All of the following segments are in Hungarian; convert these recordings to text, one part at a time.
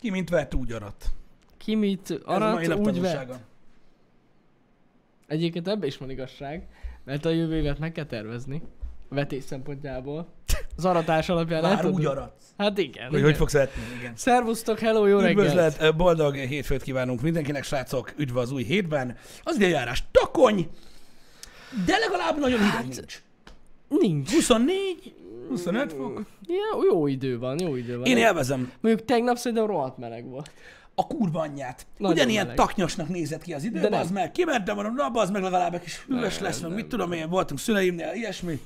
Ki mint vett, úgy arat. Ki mit Ez a mai arat, nap úgy tanulsága. vett. Egyébként ebben is van igazság, mert a jövő évet meg kell tervezni. Vetés szempontjából. Az aratás alapján Már tudod. úgy aratsz. Hát igen. Hogy igen. hogy fogsz etni, igen. Szervusztok, hello, jó reggelt! Üdvözlet, eh, boldog hétfőt kívánunk mindenkinek, srácok, üdv az új hétben. Az időjárás takony, de legalább nagyon Hát- hideg nincs. Nincs. 24, 25 fok. Ja, jó idő van, jó idő van. Én élvezem Mondjuk tegnap szerintem rohadt meleg volt. a kurva anyját. Nagyon Ugyanilyen meleg. taknyosnak nézett ki az idő, De nem. az meg kimentem, mondom, na az meg legalább egy kis hűvös lesz, meg mit tudom én, voltunk szüleimnél, ilyesmi.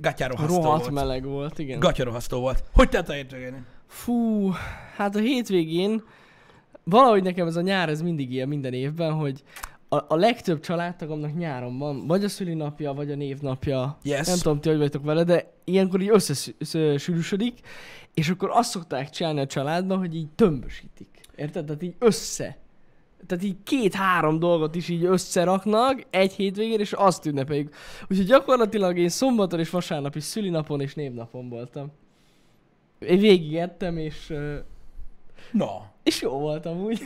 Gatyarohasztó Rohadt volt. meleg volt, igen. Gatyarohasztó volt. Hogy tett a hétvégén? Fú, hát a hétvégén valahogy nekem ez a nyár, ez mindig ilyen minden évben, hogy a, a legtöbb családtagomnak nyáron van, vagy a szülinapja, vagy a névnapja. Yes. Nem tudom, ti hogy vagytok vele, de ilyenkor így összesűrűsödik, és akkor azt szokták csinálni a családban, hogy így tömbösítik. Érted? Tehát így össze. Tehát így két-három dolgot is így összeraknak egy hétvégén, és azt ünnepeljük. Úgyhogy gyakorlatilag én szombaton és vasárnap is szülinapon és névnapon voltam. Én végig ettem, és, ö, Na, és jó volt amúgy.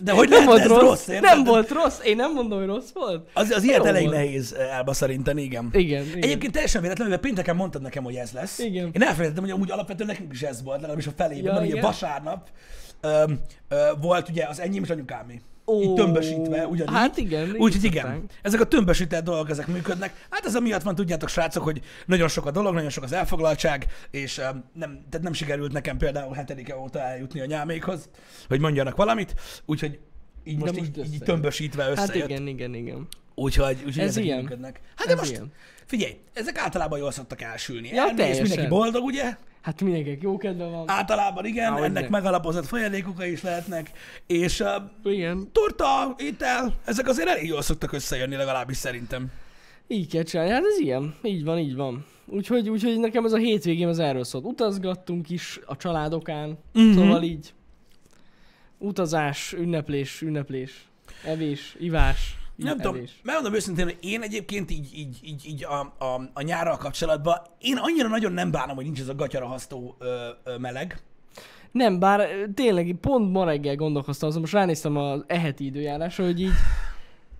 de hogy lehet ez rossz, érted? nem volt rossz, én nem mondom, hogy rossz volt. Az, az ilyet Jó elég volt. nehéz elbaszarintani, igen. Igen, igen. Egyébként teljesen véletlenül, mert pénteken mondtad nekem, hogy ez lesz. Igen. Én elfelejtettem, hogy amúgy alapvetően nekünk is ez volt, legalábbis a felében, Ja, mert ugye igen. vasárnap öm, ö, volt ugye az enyém és anyukámé. Oh. Így Ó, tömbösítve, ugyanígy. Hát igen. így Úgyhogy igen, szokták. ezek a tömbösített dolgok, ezek működnek. Hát ez amiatt van, tudjátok, srácok, hogy nagyon sok a dolog, nagyon sok az elfoglaltság, és öm, nem, tehát nem sikerült nekem például hetedike óta eljutni a nyámékhoz, hogy mondjanak valamit, úgyhogy így most, most így, így összejött. tömbösítve összejött. Hát igen, igen, igen. Úgyhogy, úgyhogy Ez ezek ilyen. működnek. Hát de Ez most, ilyen. figyelj, ezek általában jól szoktak elsülni. Ja, Ja, Elmész, teljesen. mindenki boldog, ugye? Hát mindenkinek jó kedve van. Általában igen, Ahogy ennek ne. megalapozott folyadékoka is lehetnek, és uh, Igen. torta, étel, ezek azért elég jól szoktak összejönni legalábbis szerintem. Így kell csinálni, hát ez ilyen, így van, így van. Úgyhogy, úgyhogy nekem ez a hétvégém az erről szólt. Utazgattunk is a családokán, Mhm. mm-hmm. szóval így utazás, ünneplés, ünneplés, evés, ivás, i- Nem tudom, evés. megmondom őszintén, hogy én egyébként így, így, így, így a, a, a nyárral kapcsolatban, én annyira nagyon nem bánom, hogy nincs ez a gatyarahasztó ö, ö, meleg. Nem, bár ö, tényleg így pont ma reggel gondolkoztam, azon most ránéztem az eheti időjárásra, hogy így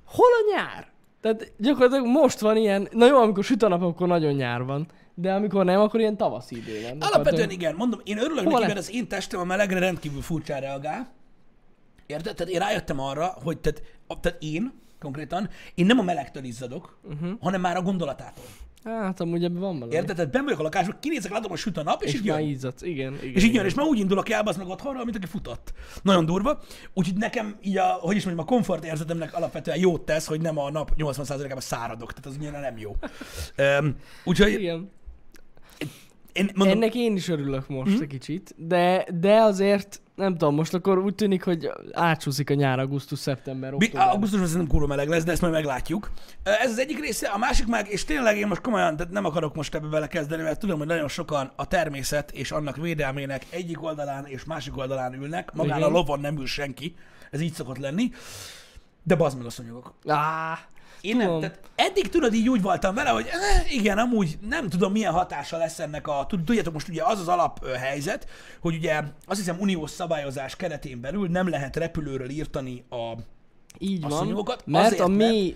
hol a nyár? Tehát gyakorlatilag most van ilyen, na jó, amikor süt a nap, akkor nagyon nyár van, de amikor nem, akkor ilyen tavaszi idő van. Alapvetően igen, mondom, én örülök Hol neki, le- mert az én testem a melegre rendkívül furcsán reagál. Érted? Tehát én rájöttem arra, hogy tehát, a- tehát én konkrétan, én nem a melegtől izzadok, Mhm. uh-huh. hanem már a gondolatától. Hát amúgy ebben van valami. Érted? Tehát ben vagyok a lakásban, kinézek, látom, hogy süt a nap, és, És, így már jön. izzadsz, igen, igen. És így igen. jön, és már úgy indulok el, az meg otthonról, mint aki futott. Nagyon durva. Úgyhogy nekem így a, hogy is mondjam, a komfort érzetemnek alapvetően jót tesz, hogy nem a nap 80%-ában száradok. Tehát az ugyanilyen nem jó. Um, úgyhogy Igen. én mondom, Mhm. Mondom... Ennek én is örülök most mm-hmm. egy kicsit, de, de azért nem tudom, most akkor úgy tűnik, hogy átsúszik a nyár augusztus, szeptember, Mi, október. augusztusban szerintem kurva meleg lesz, de ezt majd meglátjuk. Ö, Ez az egyik része, a másik meg, és tényleg én most komolyan tehát nem akarok most ebbe belekezdeni, mert tudom, hogy nagyon sokan a természet és annak védelmének egyik oldalán és másik oldalán ülnek, magán Igen. a lovon nem ül senki, ez így szokott lenni, de bazd meg a szúnyogok. Á, Én nem, Tudom. tehát eddig tudod, így úgy voltam vele, hogy eh, igen, amúgy nem tudom, milyen hatása lesz ennek a... tud- Tudjátok, most ugye az az alaphelyzet, hogy ugye azt hiszem uniós szabályozás keretén belül nem lehet repülőről írtani a, így A van, szúnyogokat mert azért, a mi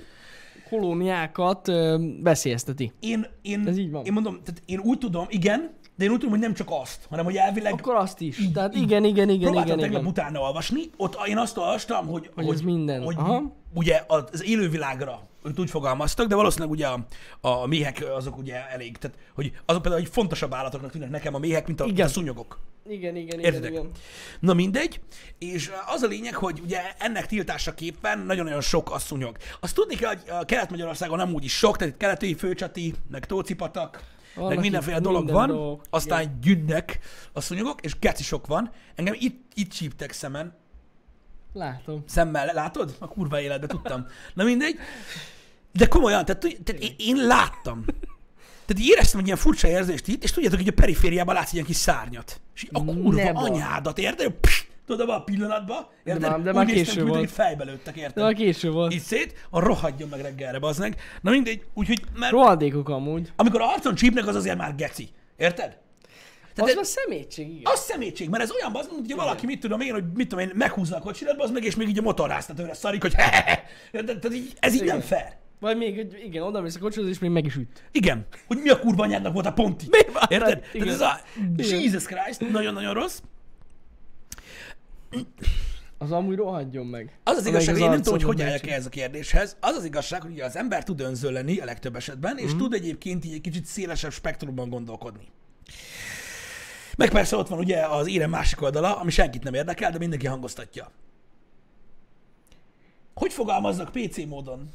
kolóniákat ö, veszélyezteti. Én, én, Ez így van. én mondom, tehát én úgy tudom, igen, de én úgy tudom, hogy nem csak azt, hanem hogy elvileg Akkor azt is. Tehát igen, igen, igen, próbáltam igen, tegnap igen. utána olvasni, ott én azt olvastam, hogy... Hogy ez minden. Hogy Aha. ugye az élővilágra, őt úgy fogalmaztak, de valószínűleg ugye a, a méhek azok ugye elég, tehát hogy azok például hogy fontosabb állatoknak tűnnek nekem a méhek, mint a, mint a Igen. szúnyogok. Igen, igen, igen, Értitek? igen. Na mindegy, és az a lényeg, hogy ugye ennek tiltásaképpen nagyon-nagyon sok a szúnyog. Azt tudni kell, hogy a Kelet-Magyarországon nem úgy is sok, tehát itt keleti főcsati, meg tócipatak, Vannak meg itt mindenféle dolog minden van, dolgok, aztán gyűnnek a szúnyogok, és geci sok van. Engem itt, itt csíptek szemen, Látom. szemmel, látod? A kurva életbe tudtam. Na mindegy. De komolyan, tehát, tudj- tehát én, én láttam. Tehát így éreztem egy ilyen furcsa érzést itt, és tudjátok, hogy a perifériában látsz egy ilyen kis szárnyat. És így a kurva Ne ba. anyádat, érted? Pff, Tudod, abban a pillanatban, érted? már- de Úgy már néztem késő ki, mint volt. akit fejbe lőttek, De már érted? késő volt. Így szét, a rohadjon meg reggelre, bazd meg. Na mindegy, úgyhogy, mert Rohadékok amúgy. amikor a arcon csípnek, az azért már geci. Érted? Az ez- már szemétség, igen. az szemétség, mert ez olyan, az, mint hogyha valaki, mit tudom én, hogy mit tudom én, meghúzza a kocsiratba, az meg, és még így a motorháztatőre szarik, hogy hehehe. Érted? Tehát így, ez így nem Igen. fair. Vagy még, hogy igen, oda mész a kocsihoz, és még meg is üt. Igen, hogy mi a kurva anyádnak volt a pont itt. Mi van? Hát Érted? Igen. Tehát ez a Jesus Christ, nagyon-nagyon rossz. Az amúgy rohadjon meg. Az az Amelyik igazság, hogy én nem tudom, arcodon hogy hogy megy. álljak ehhez a kérdéshez. Az az igazság, hogy ugye az ember tud önző lenni a legtöbb esetben, és tud egyébként így egy kicsit szélesebb spektrumban gondolkodni. Meg persze ott van ugye az érem másik oldala, ami senkit nem érdekel, de mindenki hangoztatja. Hogy fogalmaznak PC módon?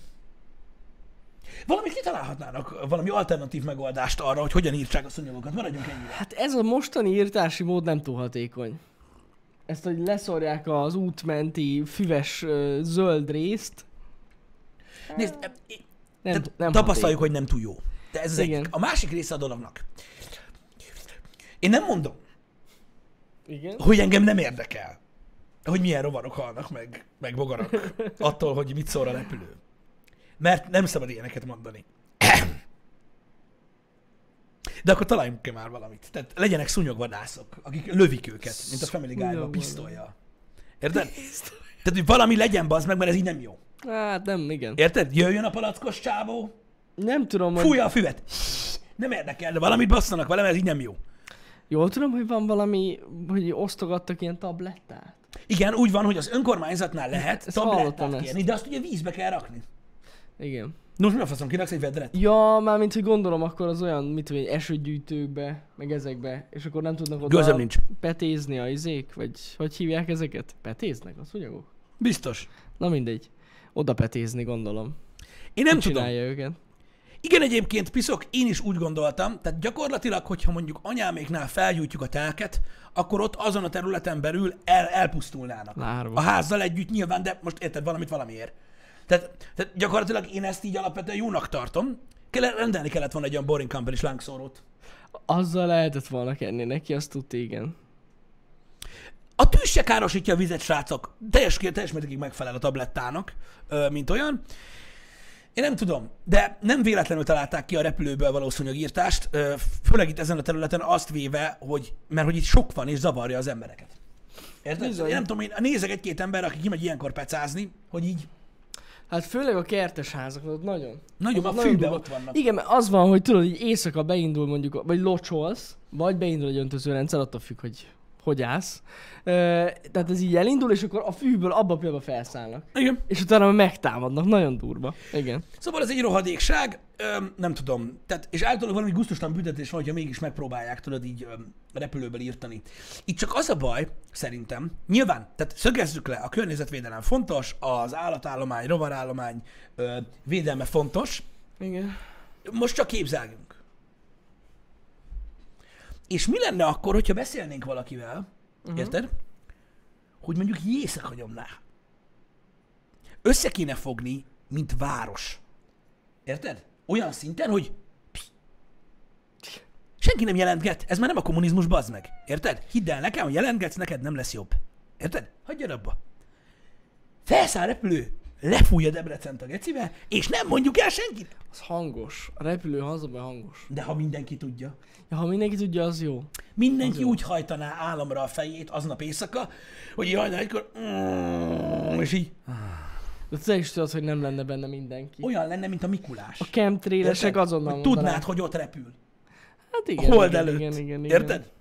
Valamit kitalálhatnának, valami alternatív megoldást arra, hogy hogyan írtsák a szúnyogokat. Maradjunk ennyire. Hát ez a mostani írtási mód nem túl hatékony. Ezt, hogy leszorják az útmenti füves ö, zöld részt, Nézd, e- nem, Tehát nem tapasztaljuk, hogy nem túl jó. De ez az Igen. egyik. A másik része a dolognak. Én nem mondom, hatékony. Igen? hogy engem nem érdekel, hogy milyen rovarok halnak meg, meg bogarak attól, hogy mit szól a repülő. Mert nem szabad ilyeneket mondani. De akkor találjunk ki már valamit. Tehát legyenek szúnyogvadászok, akik lövik őket, mint a Family Guy-ban Szúnyogvadász. pisztolya. Érted? Tehát, hogy valami legyen bazd meg, mert ez így nem jó. Hát nem, igen. Érted? Jöjjön a palackos csávó, Nem tudom, hogy... Fújja a füvet! Nem érdekel, de valamit basszanak velem, ez így nem jó. Jól tudom, hogy van valami, hogy osztogattak ilyen tablettát. Igen, úgy van, hogy az önkormányzatnál lehet Ezt hallottam tablettát ezt. kérni, de azt ugye vízbe kell rakni. Igen. Nos, mi a faszom, kiraksz egy vedret? Ja, mármint, hogy gondolom, akkor az olyan, mit tudom, én, esőgyűjtőkbe, meg ezekbe, és akkor nem tudnak oda Gőzöm nincs. petézni a izék, vagy hogy hívják ezeket? Petéznek az anyagok? Biztos. Na mindegy. Oda petézni, gondolom. Én nem Ki tudom. Csinálja őket. Igen, egyébként piszok, én is úgy gondoltam, tehát gyakorlatilag, hogyha mondjuk anyáméknál felgyújtjuk a telket, akkor ott azon a területen belül el, elpusztulnának. Lárva. A házzal együtt nyilván, de most érted, valamit valamiért. Tehát, tehát gyakorlatilag én ezt így alapvetően jónak tartom. Kell, rendelni kellett volna egy olyan Boring Company lángszórót. Azzal lehetett volna kenni neki, azt tudta, igen. A tűz se károsítja a vizet, srácok. Teljes, teljes mértékig megfelel a tablettának, ö, mint olyan. Én nem tudom, de nem véletlenül találták ki a repülőből való szúnyogírtást, ö, főleg itt ezen a területen azt véve, hogy, mert hogy itt sok van és zavarja az embereket. Érted? Bizony. Én nem tudom, én nézek egy-két ember, aki kimegy ilyenkor pecázni, hogy így Hát főleg a kertes házak, ott nagyon. nagyon a Azok fűbe durva. ott vannak. Igen, mert az van, hogy tudod, hogy éjszaka beindul mondjuk, vagy locsolsz, vagy beindul egy öntözőrendszer, attól függ, hogy hogy állsz. Ö, tehát ez így elindul, és akkor a fűből abba a pillanatban felszállnak. Igen. És utána megtámadnak, nagyon durva. Igen. Szóval ez egy rohadékság, öm, nem tudom. Tehát, és általában valami gusztustalan büntetés van, hogyha mégis megpróbálják tudod így öm, repülőből írtani. Itt csak az a baj, szerintem, nyilván, tehát szögezzük le, a környezetvédelem fontos, az állatállomány, rovarállomány ö, védelme fontos, Igen. most csak képzeljünk. És mi lenne akkor, hogyha beszélnénk valakivel, uh-huh. érted? Hogy mondjuk így éjszaka nyomná. Össze kéne fogni, mint város. Érted? Olyan szinten, hogy psz. senki nem jelentget. Ez már nem a kommunizmus, bazd meg. Érted? Hidd el nekem, hogy jelentgetsz, neked nem lesz jobb. Érted? Hagyjad abba. Felszáll repülő, lefújja Debrecent a gecibe, és nem mondjuk el senkinek. Az hangos. A repülő hazabban hangos. De ha mindenki tudja. Ja, ha mindenki tudja, az jó. Mindenki úgy hajtaná államra a fejét aznap éjszaka, hogy így hajnal egykor, mm, és így De te is tudod, hogy nem lenne benne mindenki. olyan lenne, mint a Mikulás. A chemtrailesek Érted? azonnal hogy mondanák. Tudnád, hogy ott repül. Hát igen, Igen, Hold igen, előtt. igen, igen, igen. Érted?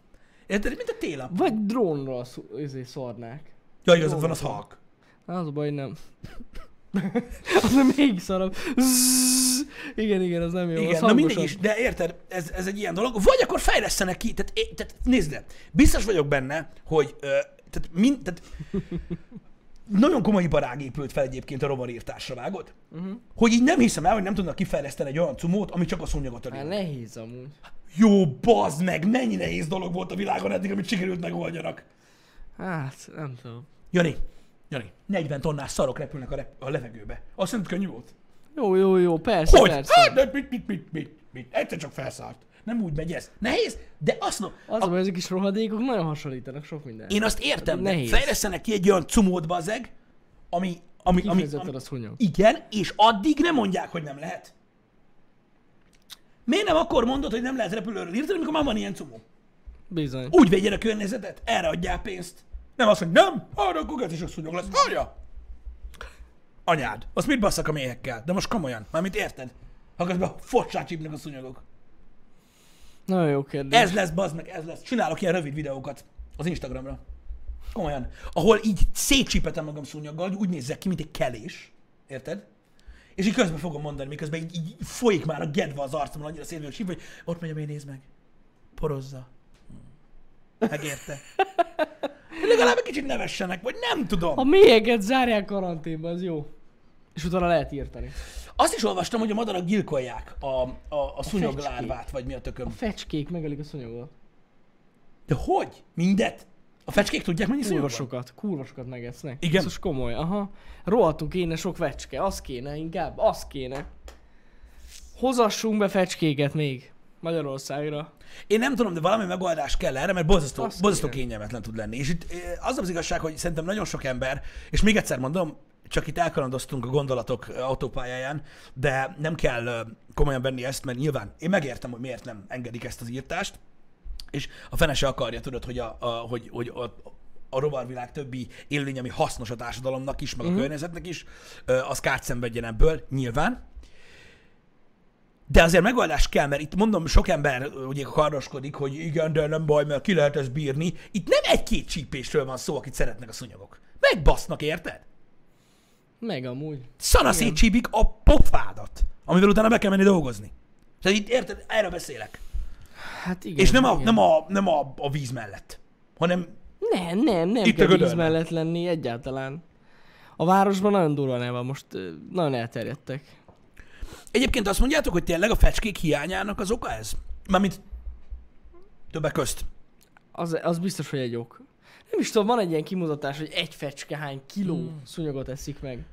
Érted? Mint a télap. Vagy drónról szó, izé, szórnák. Ja, igazad van, az halk. Hát Na, Az a baj, nem. az nem még szarabb. Zzz. Igen, igen, az nem jó. az Igen, na hangosabb. mindig is, de érted, ez, ez egy ilyen dolog. Vagy akkor fejlesztenek ki, tehát, é- tehát nézd le, biztos vagyok benne, hogy ö, tehát, mind, tehát nagyon komoly iparág épült fel egyébként a rovarírtásra, vágod? Uh-huh. Hogy így nem hiszem el, hogy nem tudnak kifejleszteni egy olyan cumót, ami csak a szúnyogot öli. Hát nehéz amúgy. Jó, bazd meg, mennyi nehéz dolog volt a világon eddig, amit sikerült megoldjanak. Hát, nem tudom. Jani, Jani, 40 tonnás szarok repülnek a, rep- a levegőbe. Azt nem könnyű volt? Jó, jó, jó, persze, Hogy? persze. Hát, de mit, mit, mit, mit, mit? Egyszer csak felszállt. Nem úgy megy ez. Nehéz, de azt mondom, Az a- a baj, ezek is rohadékok nagyon hasonlítanak sok minden. én azt értem, de Nehéz. fejlesztenek ki egy olyan cumót, bazeg, ami, ami, ami, ami, Kifejezetten a szúnyog. igen, és addig nem mondják, hogy nem lehet. Miért nem akkor mondod, hogy nem lehet repülőről írtani, amikor már van ilyen cumó? Bizony. Úgy védjen a környezetet, erre adjál pénzt. Nem azt, hogy nem, arra a kukat is a szúnyog lesz. Hagyja! Anyád, azt mit basszak a méhekkel? De most komolyan, mármint érted? Ha közben focsát csípnek a szúnyogok. Nagyon jó kérdés. Ez lesz, bazd meg, ez lesz. Csinálok ilyen rövid videókat az Instagramra. Komolyan. Ahol így szétcsípetem magam szúnyoggal, hogy úgy nézzek ki, mint egy kelés. Érted? És így közben fogom mondani, miközben így, így folyik már a gedve az arcomon, annyira szét vagyok sípva, hogy ott megy a mély, nézd meg. Porozza. Hmm. Megérte. Legalább egy kicsit nevessenek, vagy nem tudom. A mélyeket zárják karanténba, ez jó. És utána lehet írtani. Azt is olvastam, hogy a madarak gyilkolják a, a, a szúnyoglárvát, vagy mi a tököm. Fecskék megölik a szúnyogot. De hogy? Mindet? A fecskék tudják mennyi Kurva szúnyog van? sokat, kurva sokat megesznek. Igen? Ez most komoly, aha. Rohadtul kéne sok fecske, az kéne inkább, az kéne. Hozassunk be fecskéket még Magyarországra. Én nem tudom, de valami megoldás kell erre, mert borzasztó, Azt borzasztó kérem. kényelmetlen tud lenni. És itt eh, az az igazság, hogy szerintem nagyon sok ember, és még egyszer mondom, csak itt elkalandoztunk a gondolatok eh, autópályáján, de nem kell eh, komolyan venni ezt, mert nyilván én megértem, hogy miért nem engedik ezt az írtást, és a fene se akarja, tudod, hogy a, a, hogy, hogy a, a rovarvilág többi élőlény, ami hasznos a társadalomnak is, meg a környezetnek is, ö, az kárt szenvedjen ebből, nyilván. De azért megoldás kell, mert itt mondom, sok ember ö, ugye kardoskodik, hogy igen, de nem baj, mert ki lehet ezt bírni. Itt nem egy-két csípésről van szó, akit szeretnek a szúnyogok. Megbasznak, érted? Meg amúgy. Szana szétcsípik a pofádat, amivel utána be kell menni dolgozni. Tehát itt érted, erről beszélek. Hát igen. És nem a, igen. nem a, nem a, a víz mellett, hanem Nem, nem, nem Itt Itt a kell gödör. víz mellett lenni egyáltalán. A városban nagyon durva nem van, most ö, nagyon elterjedtek. Egyébként azt mondjátok, hogy tényleg a fecskék hiányának az oka ez? Mármint többek közt. Az, az biztos, hogy egy ok. Nem is tudom, van egy ilyen kimutatás, hogy egy fecske hány kiló hmm. szúnyogot eszik meg.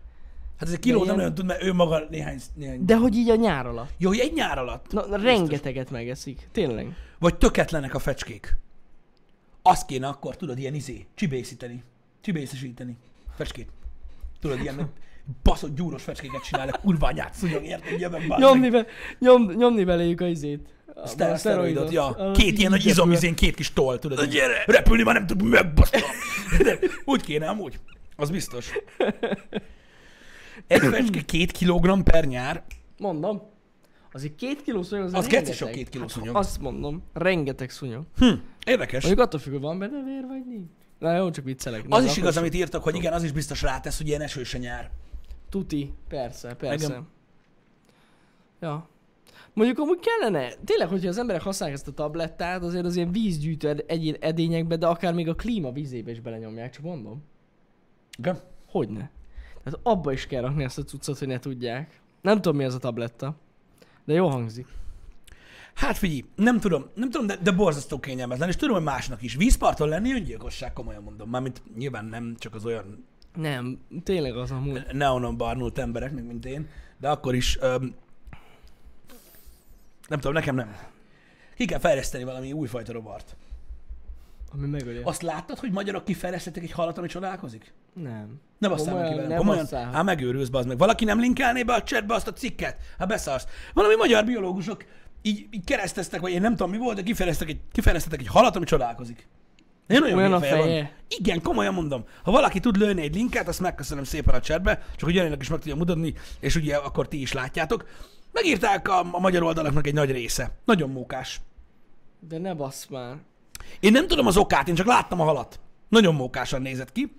Hát ez egy kiló De nem ilyen- nagyon tud, mert ő maga néhány... néhány... De hogy így a nyár alatt. Jó, hogy egy nyár alatt. Na, rengeteget megeszik, tényleg. Vagy töketlenek a fecskék. Azt kéne akkor, tudod, ilyen izé, csibészíteni. Csibészesíteni. Fecskét. Tudod, ilyen baszott gyúros fecskéket csinálnak, kurványát szúnyog, érted? Jövök, bazd meg. Nyomni, be, nyom, nyomni beléjük a izét. A, Szter- szteroidot, ja. A- Két ilyen nagy így repül. izomizén, két kis toll, tudod. így Repülni már nem tudom, megbasztam. De úgy kéne, amúgy. Az biztos. Egy fecske két kilogramm per nyár, Mondom. Azért két kiló szúnyog az az rengeteg. Hát, keci sok két kiló szúnyog. Azt mondom, rengeteg szúnyog. Hm, Érdekes. Mondjuk attól függ, hogy van benne vér vagy nincs. Na jó, csak viccelek. Na, Az de is akkor igaz, amit írtak, hogy igen, az is biztos rátesz, hogy ilyen esős a nyár. Tuti, persze, persze. Engem- Ja. Mondjuk amúgy kellene, tényleg, hogyha az emberek használják ezt a tablettát, azért az ilyen vízgyűjtő ed- egy- edényekbe, de akár még a klíma vízébe is belenyomják, csak mondom. Igen? Hogyne. Tehát abba is kell rakni ezt a cuccot, hogy ne tudják. Nem tudom mi ez a tabletta. De jó hangzik. Hát figyelj, nem tudom, nem tudom, de, de borzasztó kényelmetlen, és tudom, hogy másnak is. Vízparton lenni öngyilkosság, komolyan mondom. Mármint nyilván nem csak az olyan Nem, tényleg az amúgy. neonon barnult embereknek, mint én, de akkor is, öm, nem tudom, nekem nem. Ki kell fejleszteni valami újfajta rovart. Ami megöli. Azt láttad, hogy magyarok kifejlesztettek egy halat, ami csodálkozik? Nem. Ne basszál meg ki Komolyan, velem, ne komolyan. basszál. Hát megőrülsz, bazd meg. Valaki nem linkelné be a chatbe azt a cikket? Hát beszarsz. Valami magyar biológusok így, így kereszteztek, vagy én nem tudom mi volt, de kifejlesztettek egy, kifejlesztettek egy halat, ami csodálkozik. Én olyan Olyan hülye feje a van. feje. Igen, komolyan mondom. Ha valaki tud lőni egy linket, azt megköszönöm szépen a chatbe, csak hogy jelenleg is meg tudjam mutatni, és ugye akkor ti is látjátok. Megírták a, a magyar oldalaknak egy nagy része. Nagyon mókás. De ne bassz már. Én nem tudom az okát, én csak láttam a halat. Nagyon mókásan nézett ki.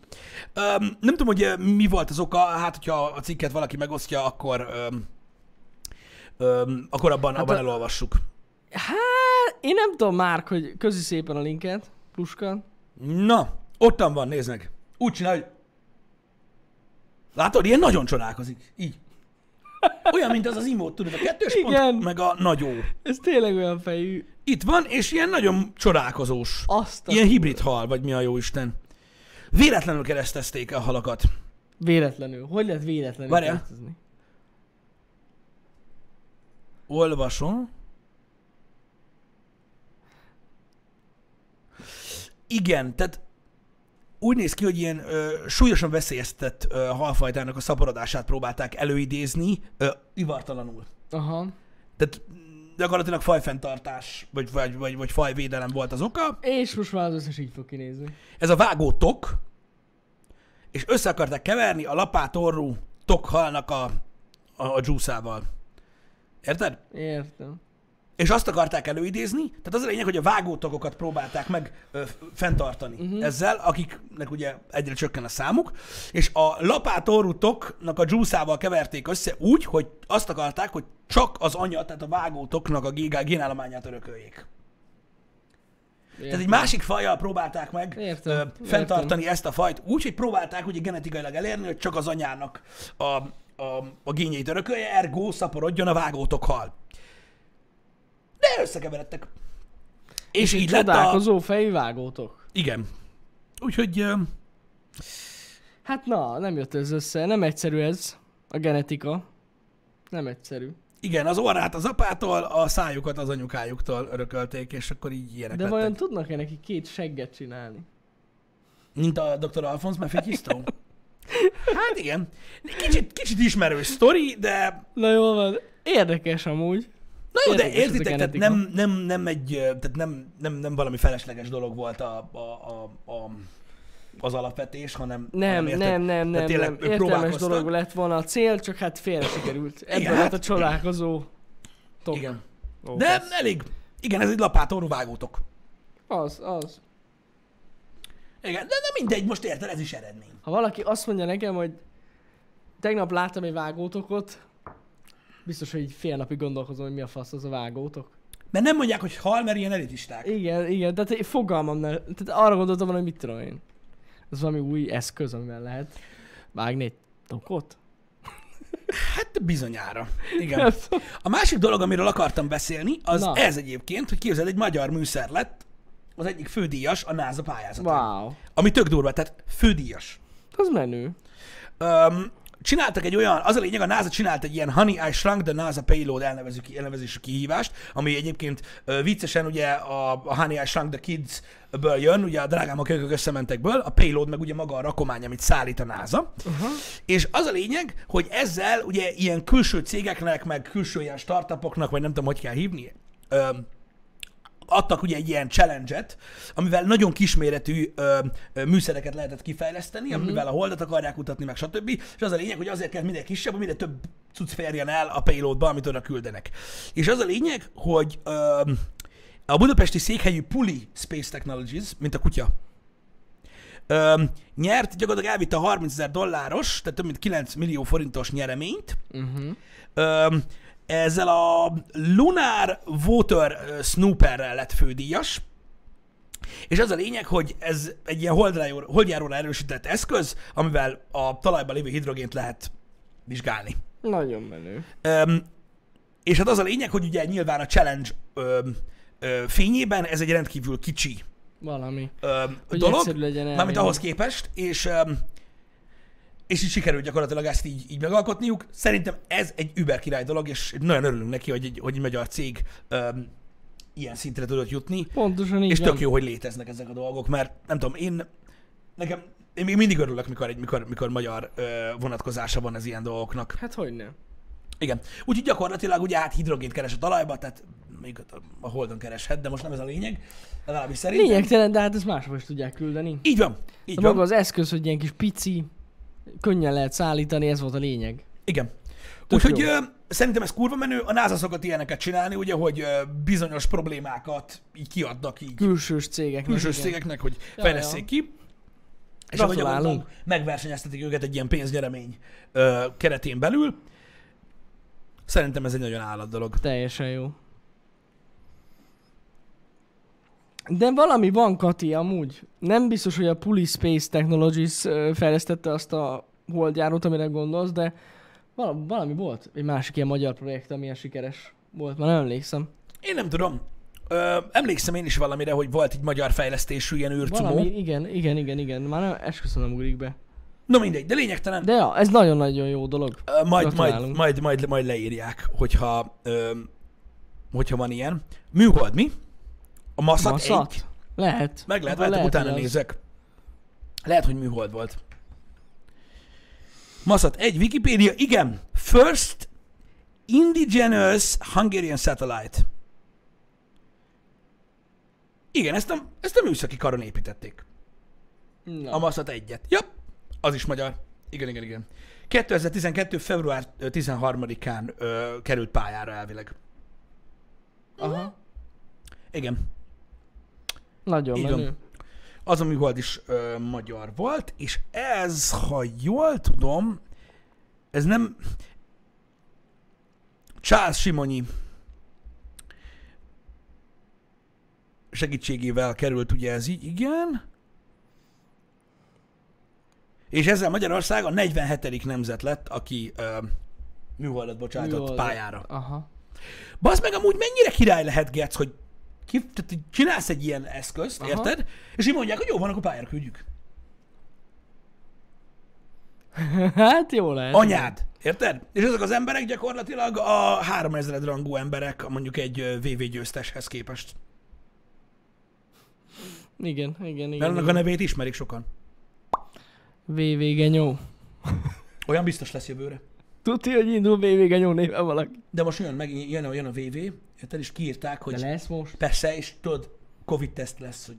Öm, nem tudom, hogy ö, mi volt az oka, hát hogyha a cikket valaki megosztja, akkor, öm, öm, akkor abban, abban a- elolvassuk. Hát, én nem tudom már, hogy közi szépen a linket, puskan. Na, ottan van, nézd meg. Úgy csinál, hogy... Látod, ilyen nagyon csodálkozik. Így. Olyan, mint az az imót, tudod, a kettős Igen. pont, meg a nagyó. Ez tényleg olyan fejű. Itt van, és ilyen nagyon csodálkozós. Azt a... Ilyen hibrid hal, vagy mi a jó Isten. Véletlenül keresztezték a halakat. Véletlenül. Hogy lehet véletlenül Várjál. keresztezni? Olvasom. Igen, tehát úgy néz ki, hogy ilyen ö, súlyosan veszélyeztet ö, halfajtának a szaporodását próbálták előidézni ö, ivartalanul. Aha. Tehát gyakorlatilag fajfenntartás, vagy, vagy, vagy, vagy fajvédelem volt az oka. És most már az összes így fog kinézni. Ez a vágó tok, és össze akarták keverni a lapátorrú tokhalnak a, a, a dzsúszával. Érted? Értem. És azt akarták előidézni, tehát az a lényeg, hogy a vágótagokat próbálták meg ö, f- fenntartani uh-huh. ezzel, akiknek ugye egyre csökken a számuk, és a lapátorutoknak a dzsúszával keverték össze úgy, hogy azt akarták, hogy csak az anya, tehát a vágótoknak a gigá- génállományát örököljék. Értem. Tehát egy másik fajjal próbálták meg Értem, ö, értem. fenntartani ezt a fajt úgy, hogy próbálták ugye genetikailag elérni, hogy csak az anyának a, a, a génjeit örökölje, ergo szaporodjon a vágótok hal. De összekeveredtek. És, így lett a... Csodálkozó fejű vágótok. Igen. Úgyhogy ö, Hát na, nem jött ez össze. Nem egyszerű ez. A genetika. Nem egyszerű. igen, az orrát az apától, a szájukat az anyukájuktól örökölték, és akkor így ilyenek De lettek. vajon tudnak-e neki két segget csinálni? Mint a Dr. Alphonse Mephisto. Hát igen. Kicsit, kicsit ismerős sztori, de Na jól van. Érdekes amúgy. Na jó, de Érdekes ez a értitek, tehát genetika. nem, nem, nem egy, ö, tehát nem, nem, nem valami felesleges dolog volt a, a, a, a az alapvetés, hanem Nem, hanem nem, érted? nem, Tehát nem, nem, tényleg nem. ők Értelmes próbálkoztak. dolog lett volna a cél, csak hát félre sikerült. Ebből Igen, lett hát- a csodálkozó tok. Igen. Ó, De az. elég. Igen, ez egy lapátorú vágótok. Az, az. Igen, de, de mindegy, most érted, ez is eredmény. Ha valaki azt mondja nekem, hogy tegnap láttam egy vágótokot, biztos, hogy így fél napig gondolkozom, hogy mi a fasz az a vágótok. Mert nem mondják, hogy hal, mert ilyen elitisták. Igen, igen, tehát én fogalmam ne, tehát arra gondoltam volna, hogy mit tudom én. Ez valami új eszköz, amivel lehet vágni egy tokot? Hát bizonyára. Nem Igen. tudom. A másik dolog, amiről akartam beszélni, az Na. Na. ez egyébként, hogy képzeld, egy magyar műszer lett az egyik fődíjas a NASA pályázatán. Wow. Ami tök durva, tehát fődíjas. Az menő. Öm, csináltak egy olyan, az a lényeg, a NASA csinált egy ilyen Honey, I Shrunk the NASA Payload elnevező, ki- elnevezésű kihívást, ami egyébként ö, viccesen ugye a, a Honey, I Shrunk the Kids-ből jön, ugye a drágám a kölykök összementekből, a payload meg ugye maga a rakomány, amit szállít a NASA. Uh-huh. És az a lényeg, hogy ezzel ugye ilyen külső cégeknek, meg külső ilyen startupoknak, vagy nem tudom, hogy kell hívni, öm, adtak ugye egy ilyen challenge-et, amivel nagyon kisméretű ö, ö, műszereket lehetett kifejleszteni, uh-huh. amivel a holdat akarják kutatni, meg stb. És az a lényeg, hogy azért kell minél kisebb, hogy minél több cucc férjen el a payloadba, amit oda küldenek. És az a lényeg, hogy ö, a budapesti székhelyű Puli Space Technologies, mint a kutya, ö, nyert, gyakorlatilag elvitte a 30 ezer dolláros, tehát több mint 9 millió forintos nyereményt, Uh-huh. Öm, ezzel a Lunar Water ö, Snooperrel lett fődíjas, és az a lényeg, hogy ez egy ilyen holdrájó- holdjáróra erősített eszköz, amivel a talajban lévő hidrogént lehet vizsgálni. Nagyon menő. Öm, és hát az a lényeg, hogy ugye nyilván a challenge öm, ö, fényében ez egy rendkívül kicsi Valami. öm, Hogy egyszerű dolog, legyen mármint elvinni. ahhoz képest, és, öm, és így sikerült gyakorlatilag ezt így, így megalkotniuk. Szerintem ez egy über király dolog, és nagyon örülünk neki, hogy egy, hogy egy magyar cég öm, ilyen szintre tudott jutni. Pontosan így És van. tök jó, hogy léteznek ezek a dolgok, mert nem tudom, én nekem én még mindig örülök, mikor, egy, mikor, mikor magyar ö, vonatkozása van az ilyen dolgoknak. Hát hogy nem? Igen. Úgyhogy gyakorlatilag ugye hát hidrogént keres a talajba, tehát még a- a holdon kereshet, de most nem ez a lényeg, legalábbis szerintem. Lényegtelen, de hát ezt máshol is tudják küldeni. Így van. Így De van. maga az eszköz, hogy ilyen kis pici, könnyen lehet szállítani, ez volt a lényeg. Igen. Tök Úgyhogy jó. ö, szerintem ez kurva menő, a NASA szokott ilyeneket csinálni, ugye, hogy ö, bizonyos problémákat így kiadnak így Külsős cégeknek. külső igen. cégeknek, hogy Hm, Ja, ja. fejleszék ki. És ahogy Gratulálunk. mondtam, megversenyeztetik őket egy ilyen pénznyeremény ö, keretén belül. Szerintem ez egy nagyon állat dolog. Teljesen jó. De valami van, Kati, amúgy. Nem biztos, hogy a Puli Space Technologies ö, fejlesztette azt a holdjárót, amire gondolsz, de val- valami volt. Egy másik ilyen magyar projekt, amilyen sikeres volt, már nem emlékszem. Én nem tudom. Ö, emlékszem én is valamire, hogy volt egy magyar fejlesztésű ilyen Valami, űrcumó. igen, igen, igen, igen. Már nem, esküszöm nem ugrik be. Na mindegy, de lényegtelen. De ja, ez nagyon-nagyon jó dolog. Ö, majd, majd, Gratulálunk. majd, majd, majd leírják, hogyha, ö, hogyha van ilyen. Műhold mi? A maszat, Maszat? egy? Lehet. Meg lehet, Akkor lehet, utána hogy az. nézek. Lehet, hogy műhold volt. Maszat egy Wikipédia, igen. First Indigenous Hungarian Satellite. Igen, ezt a, ezt a műszaki karon építették. Na. A Massat egyet. Jap, az is magyar. Igen, igen, igen. 2012. február ö, 13-án ö, került pályára elvileg. Aha. Igen. Nagyon Így menő. van. Az a műhold is ö, magyar volt, és ez, ha jól tudom, ez nem... Charles Simonyi segítségével került, ugye ez így, igen. És ezzel Magyarország a 47. nemzet lett, aki ö, műholdat bocsátott Jó, műhold. pályára. Aha. Basz meg amúgy mennyire király lehet, Gerc, hogy ki, tehát, hogy csinálsz egy ilyen eszközt, Aha. Aha. érted? És így mondják, hogy jó, van, akkor pályára küldjük. Hát jó lehet. Anyád, érted? És ezek az emberek gyakorlatilag a 3000 rangú emberek, mondjuk egy ö, VV győzteshez képest. Igen, igen, Mert igen. annak a nevét ismerik sokan. VV Genyó. Olyan biztos lesz jövőre. Tudti, hogy indul VV Genyó néven valaki. De most jön, meg, jön, a- jön a VV, érted? És kiírták, hogy De lesz most? persze, és tudod, Covid-teszt lesz, hogy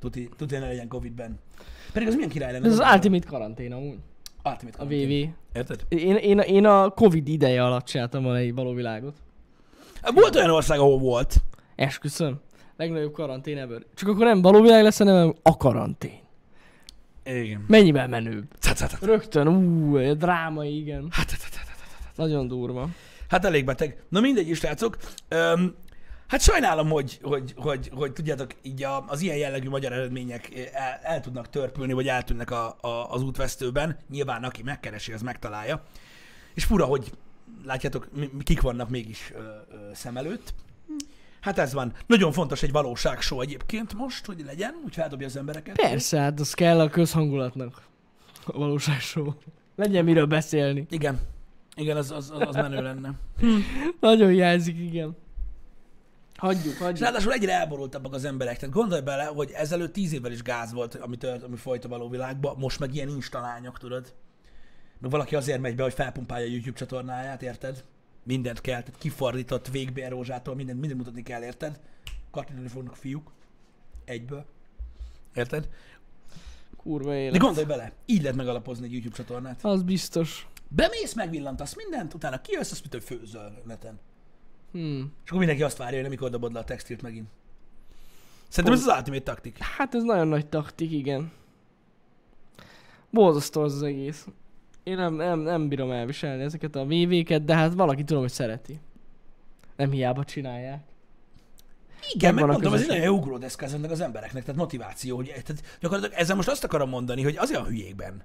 tuti, tuti ne legyen Covid-ben. Pedig az milyen király lenne? Ez az Ultimate karantén amúgy. Ultimate A Quarantine. VV. Érted? Én, én, én a Covid ideje alatt csináltam volna egy való világot. Hát Volt olyan ország, ahol volt. Esküszöm. Legnagyobb karantén ebből. Csak akkor nem való világ lesz, hanem a karantén. Igen. Mennyivel menőbb? Hát, hát, hát. Rögtön, ú, dráma, igen. Hát, hát, hát, hát, hát. Nagyon durva. hát elég beteg. Na mindegy is, srácok. Öm, hát sajnálom, hogy, hogy, hogy, hogy tudjátok, így a, az ilyen jellegű magyar eredmények el, el tudnak törpülni, vagy eltűnnek a, a, az útvesztőben. Nyilván, aki megkeresi, az megtalálja. És fura, hogy látjátok, mi, mi- kik vannak mégis ö, ö, szem előtt. Hát ez van. Nagyon fontos egy valóságsó egyébként most, hogy legyen, úgy feldobja az embereket. Persze, hát az kell a közhangulatnak. A valóságról. Legyen miről beszélni. Igen. Igen, az, az, az, az menő lenne. Nagyon hiányzik, igen. Hagyjuk, És hagyjuk. ráadásul egyre elborultabbak az emberek. Tehát gondolj bele, hogy ezelőtt tíz évvel is gáz volt, ami, tört, ami folyt a való világba, most meg ilyen instalányok, tudod? Meg valaki azért megy be, hogy felpumpálja a YouTube csatornáját, érted? Mindent kell, tehát kifordított végbérrózsától, mindent, mindent mutatni kell, érted? Kattinani fognak fiúk. Egyből. Érted? Kurva De élet. gondolj bele, így lehet megalapozni egy YouTube csatornát. Az biztos. Bemész, megvillantasz mindent, utána kijössz, azt mitől főzöl neten. Hmm. És akkor mindenki azt várja, hogy nem mikor dobod le a textilt megint. Szerintem ez az ultimate taktik. Hát ez nagyon nagy taktik, igen. Borzasztó az, az egész. Én nem, nem, nem bírom elviselni ezeket a VV-ket, de hát valaki tudom, hogy szereti. Nem hiába csinálják. Igen, meg Megvan a mondom, ez egy közösség. nagyon jó ugródeszka ezeknek az embereknek, tehát motiváció, hogy tehát gyakorlatilag ezzel most azt akarom mondani, hogy azért a hülyékben,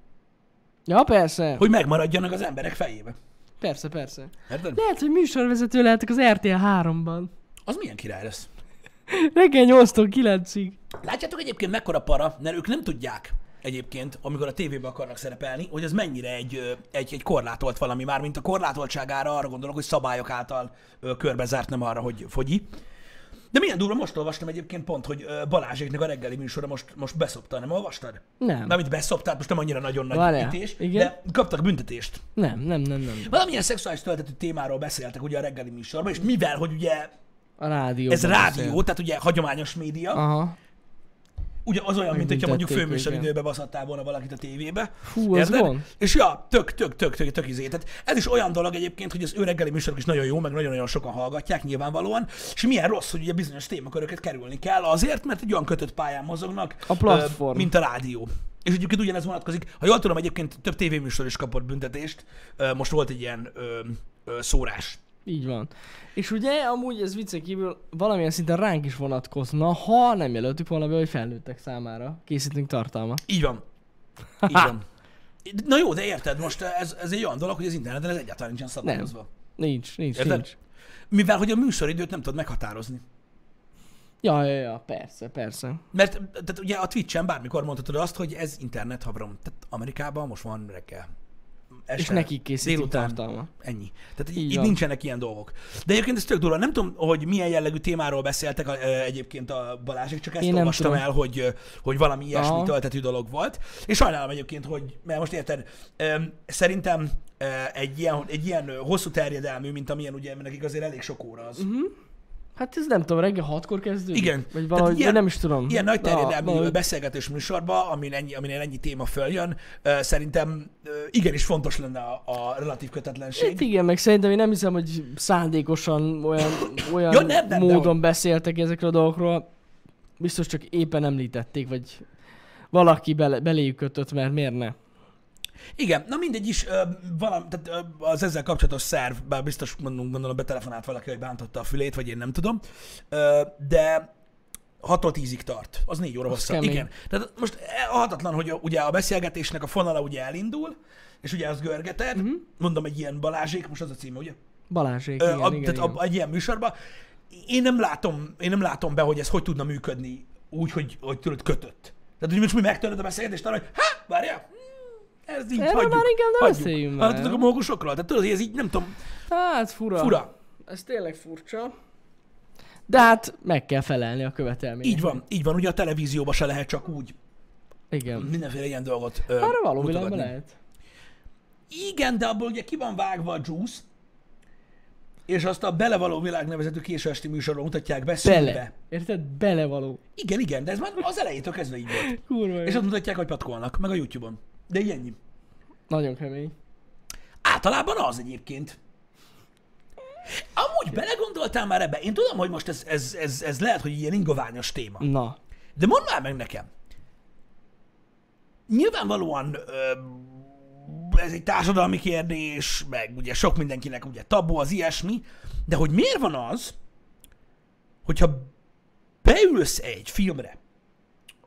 Ja, persze. hogy megmaradjanak az emberek fejébe. Persze, persze. Érted? Lehet, hogy műsorvezető lehetek az RTL 3-ban. Az milyen király lesz? Reggel 8-tól 9-ig. Látjátok egyébként mekkora para, mert ők nem tudják egyébként, amikor a tévébe akarnak szerepelni, hogy ez mennyire egy, ö, egy, egy korlátolt valami már, mint a korlátoltságára arra gondolok, hogy szabályok által ö, körbezárt, nem arra, hogy fogyi. De milyen durva, most olvastam egyébként pont, hogy ö, Balázséknak a reggeli műsora most, most beszopta, nem olvastad? Nem. Mármint beszoptál, most nem annyira nagyon nagy Várjál, ütés, igen. de kaptak büntetést. Nem, nem, nem, nem. Valamilyen szexuális töltetű témáról beszéltek ugye a reggeli műsorban, és mivel, hogy ugye A rádió. ez rádió, tehát ugye hagyományos média, Aha. ugye az olyan, mint hogyha mondjuk Megbüntették, főműsoridőbe baszhattál volna valakit a tévébe. Fú, az Érted? gond. És ja, tök, tök, tök, tök, tök izé. Tehát ez is olyan dolog egyébként, hogy az ő reggeli műsorok is nagyon jó, meg nagyon-nagyon sokan hallgatják nyilvánvalóan, és milyen rossz, hogy ugye bizonyos témaköröket kerülni kell azért, mert egy olyan kötött pályán mozognak, A platform. ö, mint a rádió. És egyébként ugyanez vonatkozik, ha jól tudom, egyébként több tévéműsor is kapott büntetést, Ö, most volt egy ilyen ö, ö, szórás. Így van. És ugye amúgy ez viccen kívül valamilyen szinten ránk is vonatkozna, ha nem jelöltük volna be, hogy felnőttek számára készítünk tartalmat. Így van. Így van. Na jó, de érted, most ez, ez egy olyan dolog, hogy az interneten ez egyáltalán nincsen szabályozva. Nincs, nincs, Érted? Érted? nincs. Mivel, hogy a műsoridőt nem tudod meghatározni. Ja, ja, ja, persze, persze. Mert tehát ugye a Twitch-en bármikor mondhatod azt, hogy ez internet havrom. Tehát Amerikában most van reggel. este. és nekik készítik délután. tartalma. Ennyi. Tehát Így így itt van. nincsenek ilyen dolgok. De egyébként ez tök durva. Nem tudom, hogy milyen jellegű témáról beszéltek a, ö, egyébként a Balázsik, csak ezt Én Én nem olvastam tudom. el, hogy, ö, hogy valami ilyesmi Aha. töltetű dolog volt. És sajnálom egyébként, hogy, mert most érted, öm, szerintem ö, egy ilyen, egy ilyen ö, hosszú terjedelmű, mint amilyen ugye nekik azért elég sok óra Mhm. az. Mm-hmm. Hát ez nem tudom, reggel hatkor kezdődik? Igen. Vagy Tehát valahogy, ilyen- ilyen, nem is tudom. Ilyen nagy Na, terjedelmű valahogy- beszélgetés műsorba, amin ennyi, aminél ennyi téma följön, ö, szerintem ö, igenis fontos lenne a, a relatív Hát kötetlenség. igen, meg szerintem én nem hiszem, hogy szándékosan olyan, olyan Ja, nem, nem, módon dehogy. beszéltek ezekről a dolgokról. Biztos csak éppen említették, vagy valaki bele, beléjük kötött, mert miért ne? Igen, na mindegy is, ö, valam, tehát ö, az ezzel kapcsolatos szerv, bár biztos mondom, gondolom betelefonált valaki, hogy bántotta a fülét, vagy én nem tudom, Ö, de 6 10-ig tart, az 4 óra hossza. kemény. Igen. Tehát most hatatlan, hogy a, ugye a beszélgetésnek a fonala ugye elindul, és ugye az görgeted, Mhm. uh-huh. mondom egy ilyen Balázsék, most az a címe, ugye? Balázsék, Ö, igen, a, igen, tehát igen. A, egy ilyen műsorban. Én nem, látom, én nem látom be, hogy ez hogy tudna működni úgy, hogy, hogy tudod kötött. Tehát, hogy most mi megtöröd a beszélgetést, arra, hogy hát, várjál, hmm, ez így, Erről hagyjuk, már inkább ne hagyjuk. beszéljünk Már már. tudok a mókusokról, tehát tudod, hogy ez így nem tudom, Hát fura. fura. Ez tényleg furcsa. De hát meg kell felelni a követelményeknek. Így van, így van, ugye a televízióban se lehet csak úgy Igen. mindenféle ilyen dolgot ö, Arra való mutogatni. világban lehet. Igen, de abból ugye ki van vágva a juice, és azt a Belevaló Világ nevezetű késő esti műsorban mutatják be szűnve. Bele. Érted? Belevaló. Igen, igen, de ez már az elejétől kezdve így volt. Kurva És és ott mutatják, hogy patkolnak, meg a YouTube-on. De így ennyi. Nagyon kemény. Általában az egyébként. Amúgy belegondoltál már ebbe? Én tudom, hogy most ez, ez, ez, ez lehet, hogy ilyen ingoványos téma. Na. De mondd már meg nekem. Nyilvánvalóan ö, ez egy társadalmi kérdés, meg ugye sok mindenkinek ugye tabu az ilyesmi, de hogy miért van az, hogyha beülsz egy filmre,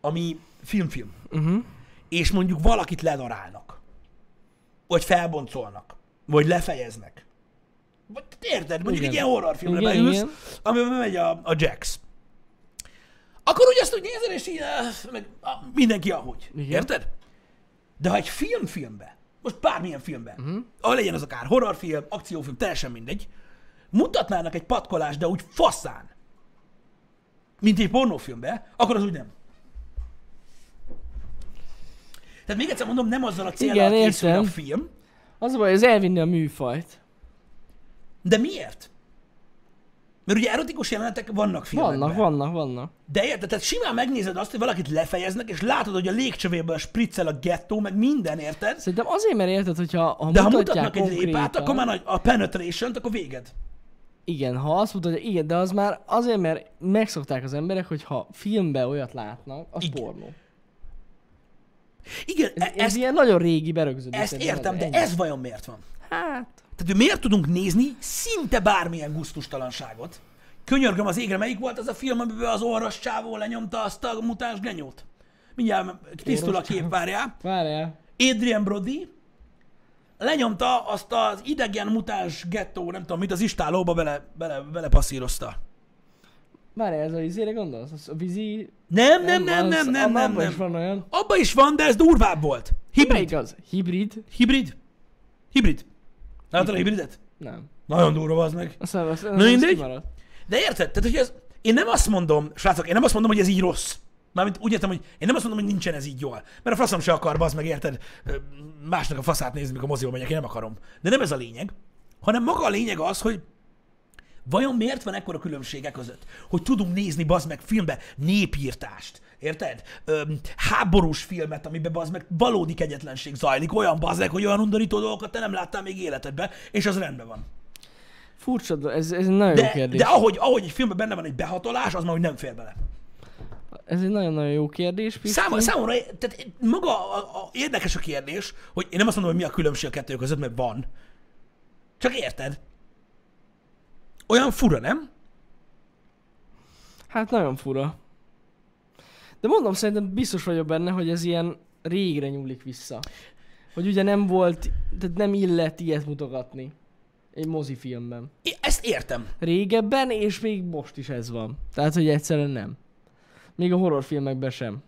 ami filmfilm, Uh-huh. és mondjuk valakit ledarálnak, vagy felboncolnak, vagy lefejeznek. Vagy te érted? Mondjuk Igen. egy ilyen horrorfilmre Igen, beülsz, igen. amiben megy a, a Jax. Akkor úgy azt úgy nézel, és így, áh, meg ah, mindenki ahogy. Igen. Érted? De ha egy film filmbe, most bármilyen filmbe, Mhm. uh-huh. ah, legyen az akár horrorfilm, akciófilm, teljesen mindegy, mutatnának egy patkolást, de úgy faszán, mint egy pornófilmbe, akkor az úgy nem. Tehát még egyszer mondom, nem azzal a célral Igen, készül a értem. film, Az a baj, ez elvinni a műfajt. de miért? Mert ugye erotikus jelenetek vannak filmekben. Vannak, vannak, vannak. De érted, tehát simán megnézed azt, hogy valakit lefejeznek, és látod, hogy a légcsövéből spriccel a gettó, meg minden, érted? Szerintem azért, mert érted, hogyha ha De ha mutatják mutatnak egy konkrétan, lépát, akkor már a- a penetration akkor véged. Igen, ha azt mutatja, igen, de az már azért, mert megszokták az emberek, hogy ha filmben olyat látnak, az Igen. igen. pornó. Igen, Ez, e- ez ezt, ilyen nagyon régi berögződés. ezt szerintem, értem, de ennyi. ez vajon miért van? Hát... Tehát, hogy miért tudunk nézni szinte bármilyen guztustalanságot? Könyörgöm az égre, melyik volt az a film, amiben az orras csávó lenyomta azt a mutáns genyót? Mindjárt tisztul a Orros kép, várjál. Várjál. Adrian Brody lenyomta azt az idegen mutáns gettó, nem tudom mit, az istálóba bele, bele, bele passzírozta. Várjál, ez a izére gondolsz? Az a vízi... Nem, nem, nem, az- nem, nem, abban nem, is nem. van olyan. Abba is van, de ez durvább volt. Hibrid. Melyik az? Hibrid? Hibrid. Hibrid. Láttad a hibridet? Nem. Nagyon durva az meg. Aztán az, az, Na mindegy. kimaradt. De érted? Tehát, hogy ez, én nem azt mondom, srácok, én nem azt mondom, hogy ez így rossz. Mármint úgy értem, hogy én nem azt mondom, hogy nincsen ez így jól. Mert a faszom se akar, bazd meg, érted? Ö, Másnak a faszát nézni, mikor moziba megyek, én nem akarom. De nem ez a lényeg, hanem maga a lényeg az, hogy vajon miért van ekkora különbsége között, hogy tudunk nézni, bazd meg, filmbe népírtást, érted? Öm, háborús filmet, amiben bazd meg valódi kegyetlenség zajlik, olyan bazd meg, hogy olyan undorító dolgokat te nem láttál még életedben, és az rendben van. Furcsa, do- ez, ez egy nagyon jó De, kérdés. de ahogy, ahogy egy filmben benne van egy behatolás, az már hogy nem fér bele. Ez egy nagyon-nagyon jó kérdés, Pisti. Számomra, számomra tehát maga a, a, érdekes a kérdés, hogy én nem azt mondom, hogy mi a különbség a kettő között, mert van. Csak érted? Olyan fura, nem? Hát nagyon fura. De mondom, szerintem biztos vagyok benne, hogy ez ilyen régre nyúlik vissza. Hogy ugye nem volt, tehát nem illett ilyet mutogatni egy mozifilmben. É- Ezt értem. Régebben, és még most is ez van. Tehát, hogy egyszerűen nem. Még a horrorfilmekben sem.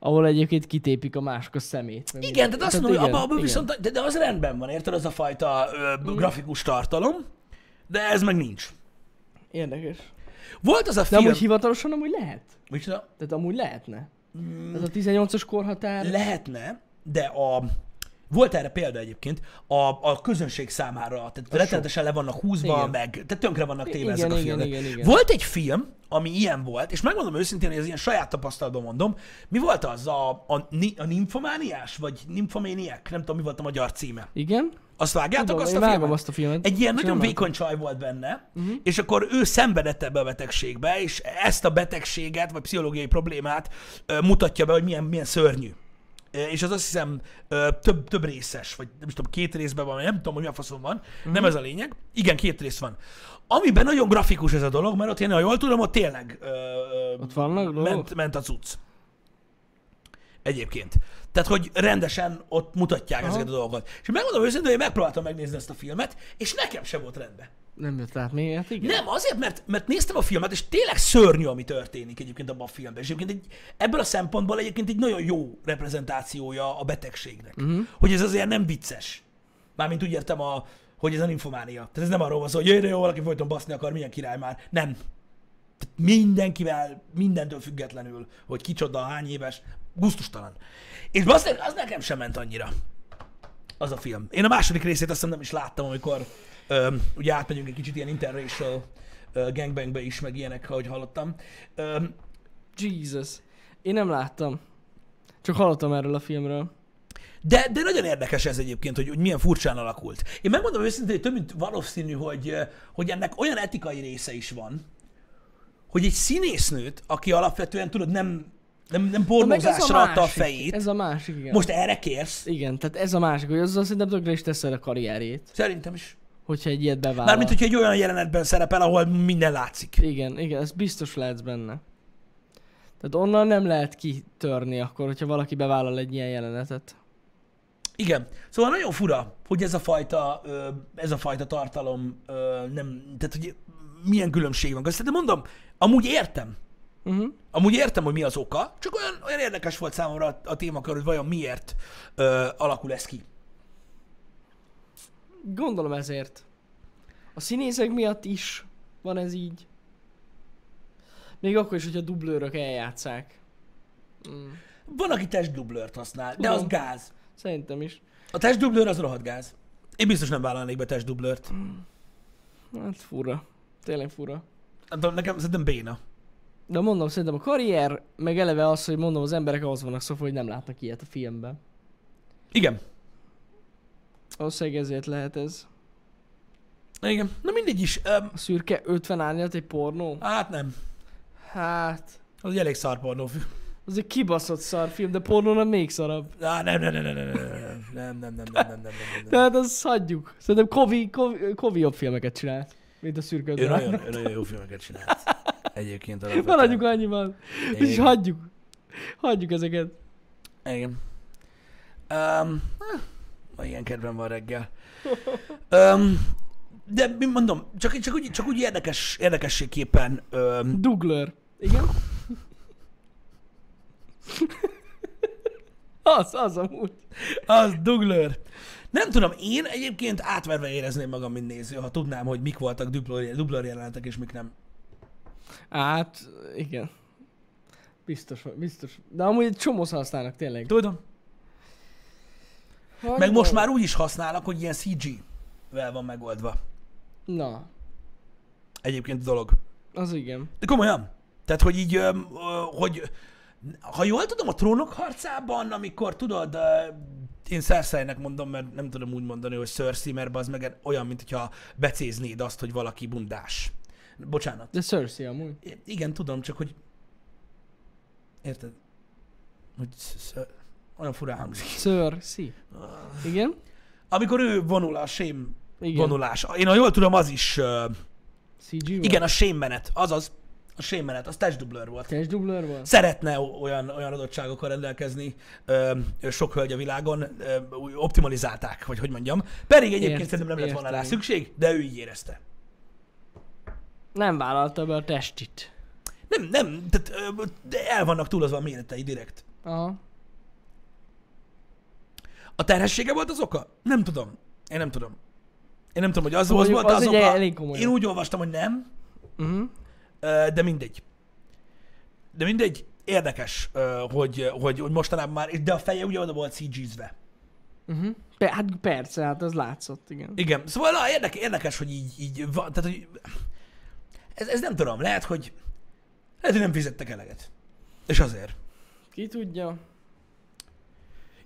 ahol egyébként kitépik a mások a szemét. meg Igen, mindent. tehát azt mondom, hogy igen, abban abba igen. Mm. viszont, de, de az rendben van, érted, az a fajta ö, grafikus tartalom, de ez meg nincs. Érdekes. Volt az a De film... amúgy hivatalosan amúgy lehet. Micsoda? Tehát amúgy lehetne. Mm. Ez a 18-as korhatár. Lehetne, de a... Volt erre példa egyébként, a, a közönség számára, tehát rettenetesen le vannak húzva, Igen. meg tehát tönkre vannak téve Igen, ezek a igen, filmek. igen, igen. Volt egy film, ami ilyen volt, és megmondom őszintén, hogy ez ilyen saját tapasztalatban mondom, mi volt az a, a, ni- a nymfomániás, vagy nymfoméniák? Nem tudom, mi volt a magyar címe. Igen? Azt vágjátok Tudom, azt én a vágom filmet? azt a filmet. Mhm. Egy ilyen Azt nagyon nem látom. vékony csaj volt benne, uh-huh. és akkor ő szenvedett ebbe a betegségbe, és ezt a betegséget, vagy pszichológiai problémát ö, mutatja be, hogy milyen, milyen szörnyű. Ö, És az azt hiszem ö, több, több részes, vagy nem is tudom, két részben van, vagy nem tudom, hogy mi a faszom van. Mhm. Uh-huh. Nem ez a lényeg. Igen, két rész van. Amiben nagyon grafikus ez a dolog, mert ott én, ha jól tudom, ott tényleg ö, ö, Ott vannak dolgok? ment, ment a cucc. Egyébként. Tehát, hogy rendesen ott mutatják Aha. ezeket a dolgokat. És megmondom őszintén, hogy megpróbáltam megnézni ezt a filmet, és nekem sem volt rendben. Nem jött át még, hát igen. Nem, azért, mert, mert néztem a filmet, és tényleg szörnyű, ami történik egyébként abban a filmben. És egyébként egy, ebből a szempontból egyébként egy nagyon jó reprezentációja a betegségnek. Uh-huh. Hogy ez azért nem vicces. Mármint úgy értem, a, hogy ez a infománia. Tehát ez nem arról van szó, hogy jöjjön, jó, valaki folyton baszni akar, milyen király már. Nem. Tehát mindenkivel, mindentől függetlenül, hogy kicsoda, hány éves, gusztustalan. És bassz, az nekem sem ment annyira az a film. Én a második részét azt hiszem nem is láttam, amikor öm, ugye átmegyünk egy kicsit ilyen interracial ö, gangbangbe is, meg ilyenek, ahogy hallottam. Öm, Jesus. Én nem láttam. Csak hallottam erről a filmről. de, de nagyon érdekes ez egyébként, hogy, hogy milyen furcsán alakult. Én megmondom őszintén, hogy több mint valószínű, hogy, ö, hogy ennek olyan etikai része is van, hogy egy színésznőt, aki alapvetően, tudod, nem, nem, nem Na, meg ez a pornózásra adta a másik. fejét, Ez a másik, igen. most erre kérsz? Igen, tehát ez a másik, hogy azzal szerintem tökre is teszel a karrierjét, Szerintem is. hogyha egy ilyet bevállal. Mármint, hogyha egy olyan jelenetben szerepel, ahol minden látszik. Igen, igen, ez biztos lehetsz benne. Tehát onnan nem lehet kitörni akkor, hogyha valaki bevállal egy ilyen jelenetet. Igen. Szóval nagyon fura, hogy ez a fajta, ö, ez a fajta tartalom ö, nem, tehát hogy milyen különbség van között. De mondom, amúgy értem. Uh-huh. Amúgy értem, hogy mi az oka, csak olyan, olyan érdekes volt számomra a, a témakör, hogy vajon miért ö, alakul ez ki. Gondolom ezért. A színészek miatt is van ez így. Még akkor is, hogyha dublőrök eljátszák. Mm, Van, aki testdublőrt használ, de az Tudom. gáz. szerintem is. A testdublőr az rohadt gáz. Én biztos nem vállalnék be testdublőrt. Hát fura. Tényleg fura. Nem tudom, nekem szerintem béna. De mondom, szerintem a karrier, meg eleve az, hogy mondom, az emberek ahhoz vannak szokva, hogy nem látnak ilyet a filmben. Igen. Valószínűleg ezért lehet ez. Igen. Na mindegy is. Öm, A szürke 50 árnyalat egy pornó? hát nem. Hát... Az egy elég szarpornófilm. Az egy kibaszott szarfilm, de pornónak még szarabb. Á, nem, nem, nem, nem, nem, nem, nem, nem, nem, nem, nem, nem, nem, nem, nem. Tehát azt hagyjuk. Szerintem Kovi, Kovi, Kovi jobb filmeket csinál, mint a szürke Ő ötven nagyon, ő nagyon jó filmeket csinált. Egyébként alapvetően. Maradjuk annyiban. És Igen. hagyjuk. Hagyjuk ezeket. Igen. Um, ma ilyen kedvem van reggel. Um, de mi mondom, csak, csak, úgy, csak úgy érdekes, érdekességképpen um, Duglör. Igen? az, az amúgy. az duglőr. Nem tudom, én egyébként átverve érezném magam, mint néző, ha tudnám, hogy mik voltak dublőr, dublőr jelenetek és mik nem. Hát, igen. Biztos, biztos. De amúgy egy csomó használnak tényleg. Tudom. Meg most már úgy is használnak, hogy ilyen CG-vel van megoldva. Na, Egyébként a dolog. az igen. De komolyan. Tehát, hogy így, öm, ö, hogy ha jól tudom, a trónok harcában, amikor tudod, ö, én szerszájnak mondom, mert nem tudom úgy mondani, hogy Cersei, mert az meg olyan, mint hogyha becéznéd azt, hogy valaki bundás. Bocsánat. De Cersei amúgy. I- Igen, tudom, csak hogy... Érted? Hogy sz- sz- olyan furán hangzik. Cersei. Igen? Amikor ő vonul a sém Igen. vonulás. Én ha jól tudom, az is... ö, CG volt? igen, a sémmenet. Azaz. A sémmenet. Az testdublőr volt. Test dublőr volt? szeretne o- olyan, olyan adottságokkal rendelkezni ö, ö, sok hölgy a világon, ö, úgy optimalizálták, vagy hogy mondjam. Pedig egyébként Ért- szerintem nem lett volna rá értem én. szükség, de ő így érezte. Nem vállalta be a testit. Nem, nem, tehát ö, de el vannak túl az a méretei direkt. Aha. A terhessége volt az oka? Nem tudom. Én nem tudom. Én nem tudom, hogy az, Mondjuk az volt az, az egy oka. elég komoly. Én úgy olvastam, hogy nem, Uh-huh. ö, de mindegy. De mindegy, érdekes, ö, hogy, hogy, hogy mostanában már, de a feje ugye oda volt cg Uh-huh. Pe- hát persze, hát az látszott, igen. Igen, szóval na, érdekes, érdekes hogy így, így van, tehát hogy ez, ez nem tudom, lehet, hogy lehet, hogy nem fizettek eleget. És azért. Ki tudja?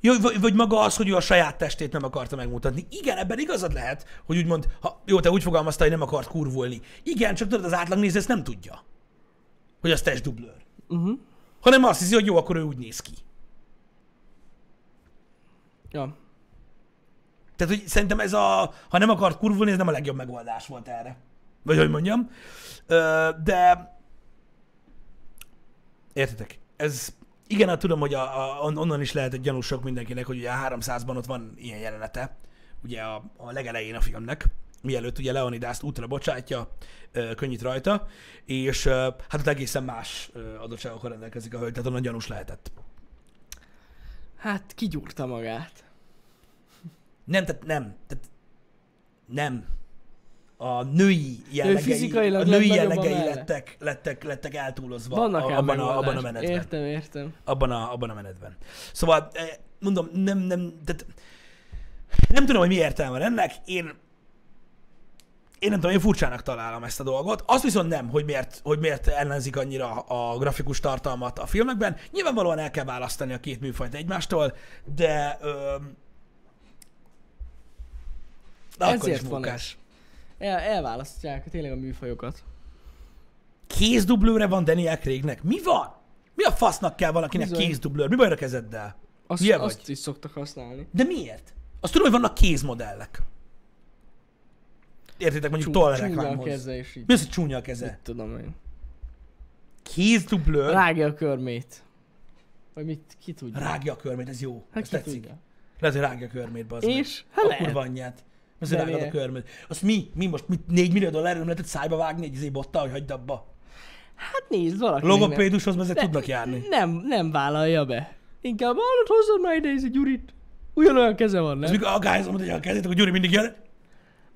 Jó, vagy, vagy maga az, hogy ő a saját testét nem akarta megmutatni. Igen, ebben igazad lehet, hogy úgymond, ha, jó, te úgy fogalmazta, hogy nem akart kurvulni. Igen, csak tudod, az átlagnéző ezt nem tudja, hogy az testdublőr. Uh-huh. Hanem azt hiszi, hogy jó, akkor ő úgy néz ki. Ja. Tehát, hogy szerintem ez a, ha nem akart kurvulni, ez nem a legjobb megoldás volt erre. Vagy hogy mondjam. Ö, de... Értitek? Ez... Igen, hát tudom, hogy a, a, on- onnan is lehet egy gyanús sok mindenkinek, hogy ugye a 300-ban ott van ilyen jelenete, ugye a, a legelején a filmnek, mielőtt ugye Leonidászt útra bocsátja, ö, könnyít rajta, és ö, hát ott egészen más ö, adottságokkal rendelkezik a hölgy, tehát onnan gyanús lehetett. Hát kigyúrta magát. Nem, tehát nem. Tehát nem. A női jellegei, a fizikailag női legnagyobb a jellegei melle. lettek, lettek, lettek eltúlozva Vannak a, ám abban, a, megoldások. abban a menetben. Értem, értem. Abban, a, abban a menetben. Szóval eh, mondom, nem, nem, tehát nem tudom, hogy mi értelme van ennek. Én, én nem tudom, én furcsának találom ezt a dolgot. Azt viszont nem, hogy miért, hogy miért ellenzik annyira a grafikus tartalmat a filmekben. Nyilvánvalóan el kell választani a két műfajt egymástól, de... Öm, de akkor Ezért is van munkás. El, elválasztják tényleg a műfajokat. Kézdublőre van Daniel Craignek? Mi van? Mi a fasznak kell valakinek Bizony. kézdublőr? Mi baj a kezeddel? Azt, Hülye vagy. azt is szoktak használni. De miért? Azt tudom, hogy vannak kézmodellek. Értitek, mondjuk toll Csúnya a reklámhoz. keze és így. Mi az, hogy csúnya a keze? Mit tudom én. Kézdublőr, Rágja a körmét. Vagy mit, ki tudja. rágja a körmét, ez jó. hát ez ki tetszik. tudja. Lehet, hogy rágja a körmét, bazd meg. És? Hát A lehet. kurva anyját. Azért De rágod a miért? körmét. Azt mi? Mi most? Mit, 4 millió dollárról nem lehetett szájba vágni egy izé bottal, hogy hagyd abba? Hát nézd, valaki. A logopédushoz azért tudnak járni. Nem, nem vállalja be. Inkább hallod hozzad már ide, ez a Gyurit. Ugyanolyan keze van, Ez nem? mikor a guys mondja, hogy a kezét, akkor Gyuri mindig jön.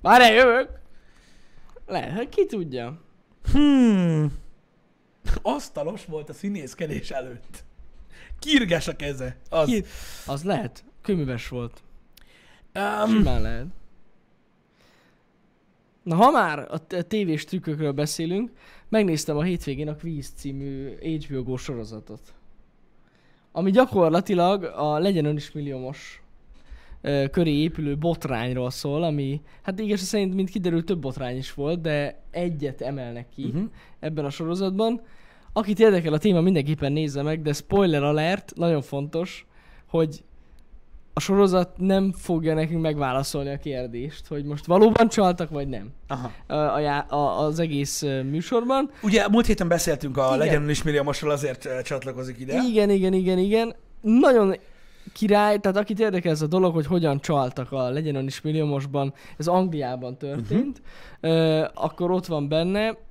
Már eljövök. Lehet, hát ki tudja. Hmm. Asztalos volt a színészkedés előtt. Kirges a keze. Az. Ki- Az lehet. Köműves volt. Um, Simán lehet. Na, ha már a t- a tévés trükkökről beszélünk, megnéztem a hétvégén a Quiz című HBO Go sorozatot. Ami gyakorlatilag a Legyen Ön is milliómos ö, köré épülő botrányról szól, ami, hát igaz szerint, mint kiderült, több botrány is volt, de egyet emelnek ki uh-huh. ebben a sorozatban. Akit érdekel a téma, mindenképpen nézze meg, de spoiler alert, nagyon fontos, hogy a sorozat nem fogja nekünk megválaszolni a kérdést, hogy most valóban csaltak, vagy nem aha. a, a, já- a, az egész ö, műsorban. Ugye múlt héten beszéltünk a Igen. Legyen Ön is milliómosról, azért eh, csatlakozik ide. Yeah. Igen, igen, igen, igen. Nagyon király, tehát akit érdekel ez a dolog, hogy hogyan csaltak a Legyen Ön is milliómosban, ez Angliában történt, uh-huh. ö, akkor ott van benne.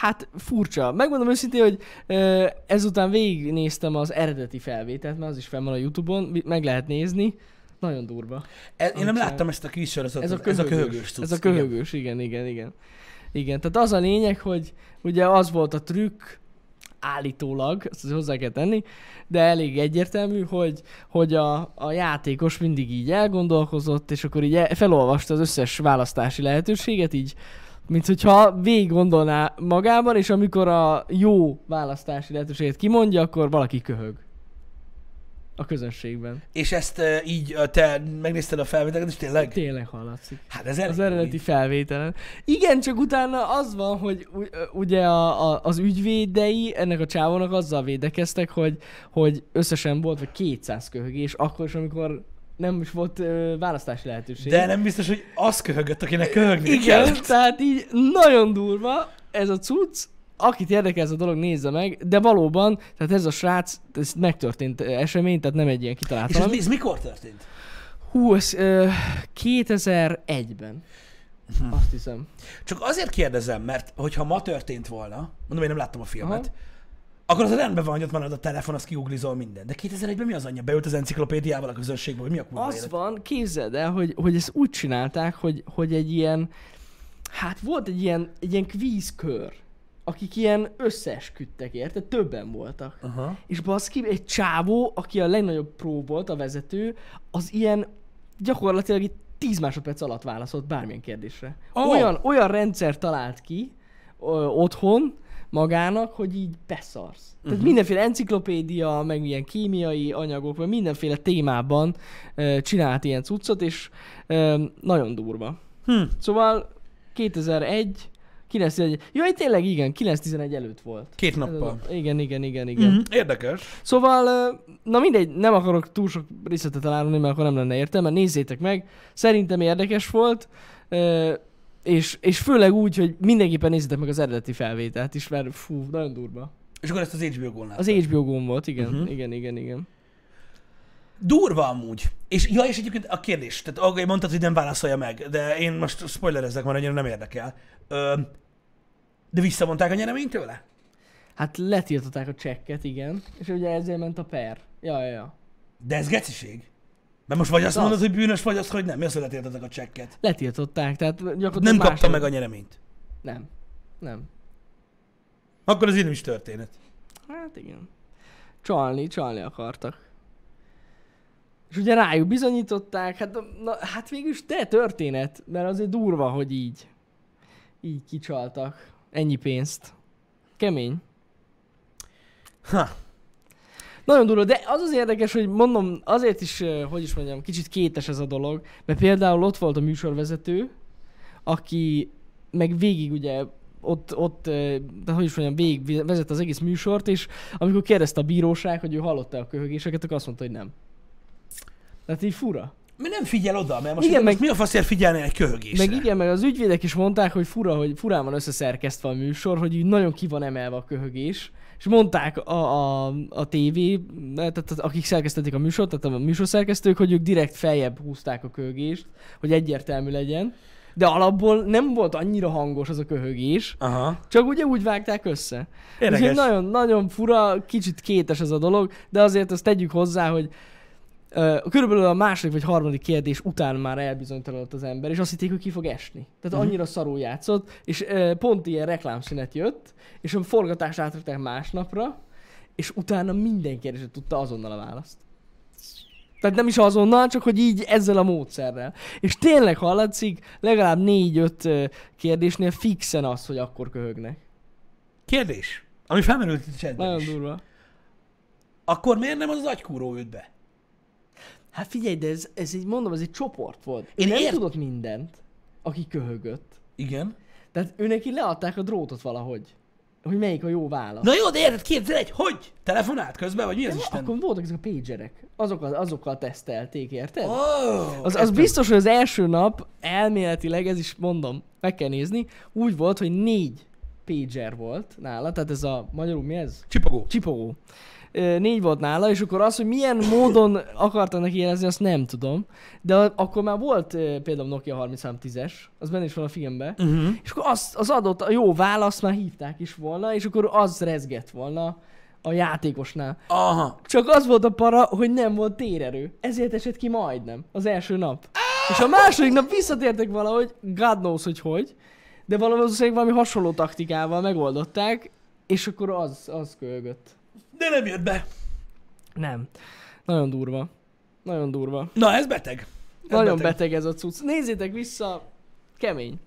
Hát furcsa. Megmondom őszintén, hogy ö, ezután végignéztem az eredeti felvételt, mert az is fenn van a Youtube-on, mi- meg lehet nézni. Nagyon durva. E, én nem Nincs láttam ezt a kis sorozatot. Ez a köhögős. ez a köhögős cucc, Ez a igen. köhögős, igen, igen, igen. Igen, tehát az a lényeg, hogy ugye az volt a trükk, állítólag, ezt azért hozzá kell tenni, de elég egyértelmű, hogy, hogy a, a játékos mindig így elgondolkozott, és akkor így el- felolvasta az összes választási lehetőséget, így mint hogyha végig gondolná magában, és amikor a jó választási lehetőséget kimondja, akkor valaki köhög. A közönségben. És ezt eh, így eh, te megnézted a felvételeket, és tényleg? Tényleg hallatszik. Hát ez elég Az eredeti felvételen. Igen, csak utána az van, hogy u- ö, ugye a, a, az ügyvédei ennek a csávónak azzal védekeztek, hogy, hogy összesen volt vagy 200 köhögés, akkor is, amikor nem is volt ö, választási lehetőség. De nem biztos, hogy az köhögött, akinek köhögni Igen, tehát így nagyon durva ez a cucc. Akit érdekel ez a dolog, nézze meg, de valóban, tehát ez a srác, ez megtörtént ö, esemény, tehát nem egy ilyen kitalált És ez, valami. mi- ez mikor történt? Hú, ez ö, 2001-ben. Mhm. Azt hiszem. Csak azért kérdezem, mert hogyha ma történt volna, mondom, én nem láttam a filmet, akkor az rendben van, hogy ott marad a telefon, az kiuglizol minden. De 2001-ben mi az anyja? Beült az enciklopédiával a közönségbe, hogy mi a kurva Az élet? van, képzeld el, hogy, hogy ezt úgy csinálták, hogy, hogy egy ilyen, hát volt egy ilyen, egy ilyen kvízkör, akik ilyen összeesküdtek, érted? Többen voltak. Aha. És baszki, egy csávó, aki a legnagyobb pró volt, a vezető, az ilyen gyakorlatilag itt 10 másodperc alatt válaszolt bármilyen kérdésre. Ó! Oh. Olyan, olyan rendszer talált ki ö, otthon magának, hogy így beszarsz. Tehát uh-huh. mindenféle enciklopédia, meg ilyen kémiai anyagok, meg mindenféle témában ö, csinált ilyen cuccot, és ö, nagyon durva. Hm. Szóval 2001, 911, jaj tényleg igen, 911 előtt volt. Két Ez nappal. a- Igen, igen, igen, igen. Mm, érdekes. Szóval, ö, na mindegy, nem akarok túl sok részletet elárulni, mert akkor nem lenne értelme. Nézzétek meg, szerintem érdekes volt, ö, és, és főleg úgy, hogy mindenképpen nézzétek meg az eredeti felvételt is, mert fú, nagyon durva. És akkor ezt az HBO gólnál. Az hbo gón volt, igen, Mhm. uh-huh. igen, igen, igen. Durva amúgy. És ja, és egyébként a kérdés, tehát okay, mondtad, hogy nem válaszolja meg, de én most spoilerezek, mert annyira nem érdekel. Ö, de visszavonták a nyereményt tőle? Hát letiltották a csekket, igen, és ugye ezért ment a per. Ja, ja, ja. De ez geciség. Mert most vagy azt Az. mondod, hogy bűnös, vagy azt, hogy nem. Mi az, hogy letértetek a csekket? Letiltották, tehát gyakorlatilag Nem kapta másnap- meg a nyereményt. Nem, nem. Akkor az így nem is történet. Hát igen. Csalni, csalni akartak. És ugye rájuk bizonyították, hát, na, hát végül is te történet, mert azért durva, hogy így, így kicsaltak ennyi pénzt. Kemény. Ha. Nagyon durva, de az az érdekes, hogy mondom, azért is, eh, hogy is mondjam, kicsit kétes ez a dolog, mert például ott volt a műsorvezető, aki meg végig ugye ott, ott eh, de hogy is mondjam, végig vezet az egész műsort, és amikor kérdezte a bíróság, hogy ő hallotta a köhögéseket, akkor azt mondta, hogy nem. Tehát így fura. Mi nem figyel oda, mert most, Igen, Igen, most meg- mi a faszért figyelni egy köhögésre? Meg igen, meg az ügyvédek is mondták, hogy fura, hogy furán van összeszerkesztve a műsor, hogy így nagyon ki van emelve a köhögés. És mondták a, a, a TV, tehát az- akik szerkesztették a műsort, tehát a műsorszerkesztők, hogy ők direkt feljebb húzták a köhögést, hogy egyértelmű legyen. De alapból nem volt annyira hangos az a köhögés, Aha. csak ugye úgy vágták össze. Érdekes. Úgyhogy nagyon, nagyon fura, kicsit kétes ez a dolog, de azért azt tegyük hozzá, hogy ö, körülbelül a második vagy harmadik kérdés után már elbizonytalanodott az ember, és azt hitték, hogy ki fog esni. Tehát Mhm. annyira szarul játszott, és ö, pont ilyen reklámszünet jött, és a forgatást átrakták másnapra, és utána minden kérdésre tudta azonnal a választ. Tehát nem is azonnal, csak hogy így ezzel a módszerrel. És tényleg hallatszik, legalább négy-öt ö, kérdésnél fixen az, hogy akkor köhögnek. Kérdés, ami felmerült itt a chatben Nagyon is. durva. Akkor miért nem az az agykúró ült be? Hát figyelj, de ez, ez egy, mondom, ez egy csoport volt. Én Én nem ért- tudott mindent, aki köhögött. Igen. Tehát ő neki leadták a drótot valahogy. Hogy melyik a jó válasz. Na jó, de érted, képzel egy, hogy? Telefonált közben, vagy mi az De Isten? akkor voltak ezek a pagerek. Azokat, azokkal tesztelték, érted? Oh, Az, az biztos, hogy az első nap elméletileg, ez is mondom, meg kell nézni, úgy volt, hogy négy pager volt nála, tehát ez a magyarul mi ez? Csipogó. csipogó. Ö, Négy volt nála, és akkor az, hogy milyen módon akartam neki jelezni, azt nem tudom. De a- akkor már volt ö, például Nokia 3310-es, az benne is van a filmben. Uh-huh. És akkor az, az adott a jó választ már hívták is volna, és akkor az rezgett volna a játékosnál. Aha. Csak az volt a para, hogy nem volt térerő. Ezért esett ki majdnem, az első nap. És a második nap visszatértek valahogy, God knows, hogy hogy, de valószínűleg valami hasonló taktikával megoldották, és akkor az, az kölgött. De nem jött be. Nem. Nagyon durva. Nagyon durva. Na, ez beteg. Ez Nagyon beteg. beteg ez a cucc. Nézzétek vissza, kemény.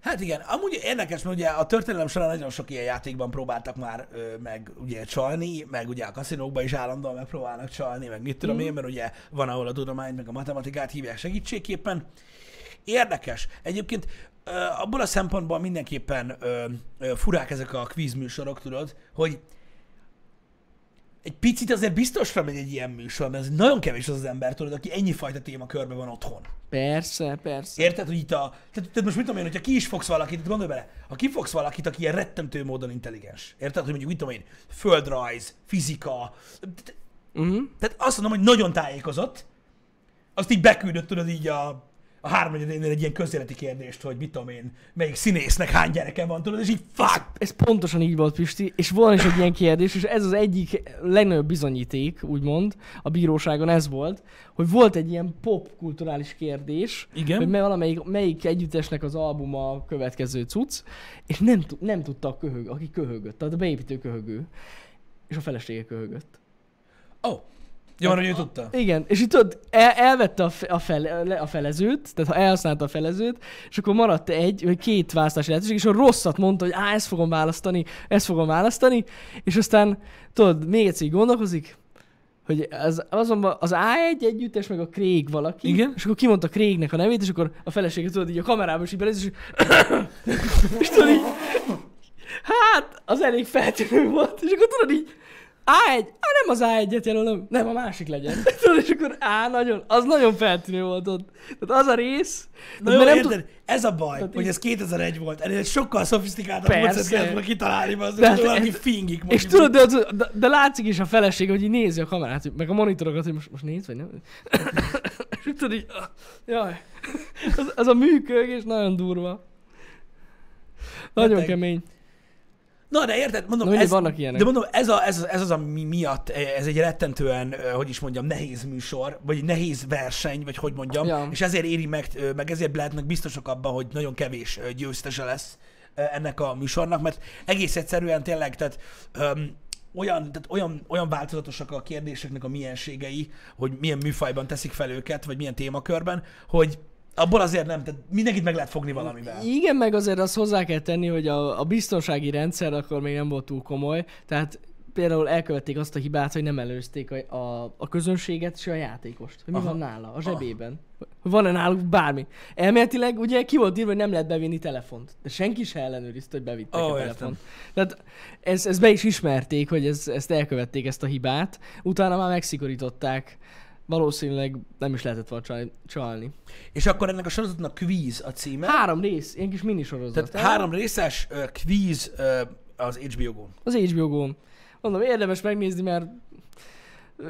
Hát igen, amúgy érdekes, mert ugye a történelem során nagyon sok ilyen játékban próbáltak már ö, meg ugye csalni, meg ugye a kaszinókban is állandóan megpróbálnak csalni, meg mit tudom én, mert ugye van, ahol a tudományt, meg a matematikát hívják segítségképpen. Érdekes. Egyébként ö, abból a szempontból mindenképpen ö, ö, furák ezek a quiz műsorok, tudod, hogy egy picit azért biztosra megy egy ilyen műsor, mert ez nagyon kevés az az ember, tudod, aki ennyi fajta témakörben van otthon. Persze, persze. Érted, hogy itt a... Tehát, tehát most mit tudom én, hogyha ki is fogsz valakit, itt gondolj bele, ha ki fogsz valakit, aki ilyen rettentő módon intelligens. Érted, hogy mondjuk, mit tudom én, földrajz, fizika, tehát- Uh-huh. tehát azt mondom, hogy nagyon tájékozott, azt így beküldött, tudod, így a, a a háromnegyedénél egy ilyen közéleti kérdést, hogy mit tudom én, melyik színésznek hány gyereke van, tudod, és így fuck! Ez pontosan így volt, Pisti, és van is egy ilyen kérdés, és ez az egyik legnagyobb bizonyíték, úgymond, a bíróságon ez volt, hogy volt egy ilyen popkulturális kérdés, Igen. hogy mely, valamelyik, melyik együttesnek az albuma a következő cucc, és nem, tu- nem tudta a köhög, aki köhögött, tehát a beépítő köhögő, és a felesége köhögött. Ó, oh, jó, hogy ő tudta. Igen, és itt tudod, el, elvette a, fe, a, fele, le- a felezőt, tehát ha elhasználta a felezőt, és akkor maradt egy vagy két választási lehetőség, és a rosszat mondta, hogy á, ezt fogom választani, ezt fogom választani, és aztán tudod, még egyszer így gondolkozik, hogy az, azonban az A1 együttes, meg a Craig valaki, Igen. és akkor kimondta Craignek a nevét, és akkor a felesége tudod így a kamerába is így beléz, és, és tudod így, hát az elég feltűnő volt, és akkor tudod így, A1, á, nem az A1-et jelölöm, nem a másik legyen. Tudod, és akkor á, nagyon, az nagyon feltűnő volt ott. Tehát az a rész, Na mert jó, nem nem tud- érted, ez a baj, Tehát hogy így- ez 2001 volt, ennél egy sokkal szofisztikáltabb Persze. módszert kellett volna kitalálni, az, De hogy hát valaki ez- fingik És mondjuk. tudod, de, az- de, de, látszik is a feleség, hogy így nézi a kamerát, hogy- meg a monitorokat, hogy most, most néz, vagy nem? és így tudod így, ah, jaj, az, az a műkögés nagyon durva. Nagyon Beteg. kemény. Na, de érted, mondom, Na, mindig ez, vannak ilyenek. de mondom, ez, a, ez, ez az, ami miatt, eh, ez egy rettentően, ö, hogy is mondjam, nehéz műsor, vagy egy nehéz verseny, vagy hogy mondjam, Ja. ja. és ezért éri meg, ö, meg ezért lehetnek biztosak abban, hogy nagyon kevés ö, győztese lesz ö, ennek a műsornak, mert egész egyszerűen tényleg, tehát öm, olyan, tehát olyan, olyan változatosak a kérdéseknek a mienségei, hogy milyen műfajban teszik fel őket, vagy milyen témakörben, hogy abból azért nem, tehát mindenkit meg lehet fogni valamivel. Igen, meg azért azt hozzá kell tenni, hogy a, a biztonsági rendszer akkor még nem volt túl komoly, tehát például elkövették azt a hibát, hogy nem előzték a, a, a közönséget és a játékost. Hogy mi Aha. Ah. van nála, a zsebében. Hogy Van-e náluk bármi. Elméletileg ugye ki volt írva, hogy nem lehet bevinni telefont. De senki se ellenőrizte, hogy bevittek Ó, oh, a értem. telefont. Tehát ez, ez be is ismerték, hogy ez, ezt elkövették, ezt a hibát. Utána már megszigorították. Valószínűleg nem is lehetett volna csal- csalni. És akkor ennek a sorozatnak kvíz a címe. Három rész, ilyen kis minisorozat. Tehát három részes uh, kvíz uh, az HBO-gon. Az HBO-gón. Mondom, érdemes megnézni, mert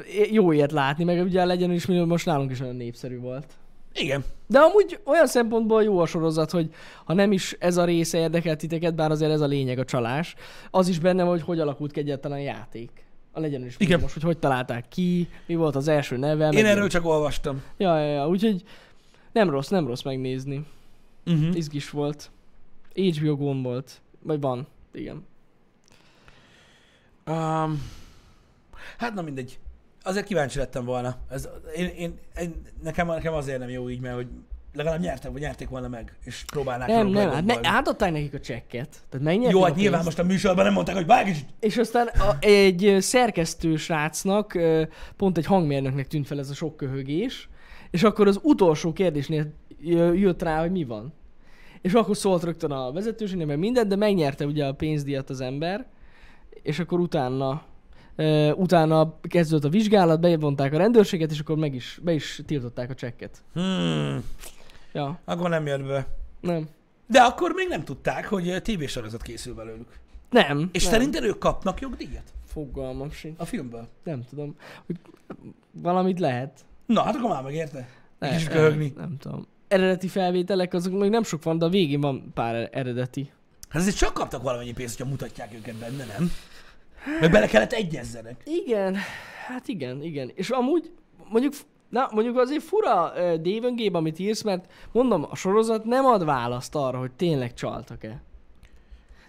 eh, jó ilyet látni, meg ugye a legyen is millió, most nálunk is olyan népszerű volt. Igen. De amúgy olyan szempontból jó a sorozat, hogy ha nem is ez a része érdekel titeket, bár azért ez a lényeg a csalás, az is benne van, hogy hogy alakult ki egyáltalán a játék. A legyen is Igen. millió most, hogy hogy találták ki, mi volt az első neve. meg Én ilyen. erről csak olvastam. Ja, ja, ja, úgyhogy nem rossz, nem rossz megnézni. Uh-huh. Izgis volt. HBO gón volt. Vagy van. Igen. Um, hát na mindegy. Azért kíváncsi lettem volna. Ez, én, én, én, nekem, nekem azért nem jó így, mert hogy legalább nyertek, vagy nyerték volna meg, és próbálnák Nem, velük nem, hát meggombolni. ne, átadták nekik a csekket. Tehát megnyerték Jó, a hát nyilván pénzt. most a műsorban nem mondták, hogy vágj is! És aztán a, egy szerkesztő srácnak, ö, pont egy hangmérnöknek tűnt fel ez a sok köhögés, és akkor az utolsó kérdésnél jö- jött rá, hogy mi van. És akkor szólt rögtön a vezetőségnek, meg mindent, de megnyerte ugye a pénzdíjat az ember, és akkor utána ö, utána kezdődött a vizsgálat, bevonták a rendőrséget, és akkor meg is, be is tiltották a csekket. Hmm, Ja, akkor nem jött be. nem. De akkor még nem tudták, hogy ö, tévésorozat készül belőlük. Nem. És nem. szerintem ők kapnak jogdíjat Fogalmam sincs. a filmből. Nem tudom. Hogy valamit lehet. Na, hát akkor már megérte. Ne, Kicsit ne, köhögni. Nem tudom. Eredeti felvételek, azok még nem sok van, de a végén van pár e- eredeti. Hát ezért csak kaptak valamennyi pénzt, hogyha mutatják őket benne, nem? Meg bele kellett egyezzenek. Igen, hát igen, igen. És amúgy, mondjuk, na, mondjuk azért fura uh, dévöngéb, amit írsz, mert mondom, a sorozat nem ad választ arra, hogy tényleg csaltak-e.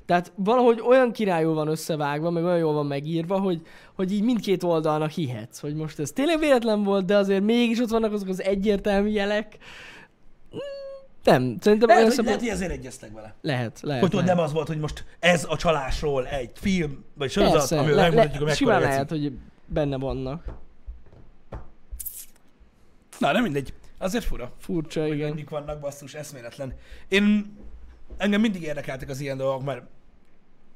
Tehát valahogy olyan királyul van összevágva, meg olyan jól van megírva, hogy, hogy így mindkét oldalnak hihetsz, hogy most ez tényleg véletlen volt, de azért mégis ott vannak azok az egyértelmű jelek. Mm, Nem, Lehet, hogy, szerintem olyan lehet, szempontból- hogy ezért egyeztek vele. lehet, lehet, Hogy tudod, lehet. nem az volt, hogy most ez a csalásról egy film, vagy sorozat, amivel le- megmutatjuk, hogy le- mekkora Simán geci. lehet, hogy benne vannak. Na, nem mindegy. Azért fura. Furcsa, igen. Mik vannak, basszus, eszméletlen. Én, engem mindig érdekeltek az ilyen dolgok, mert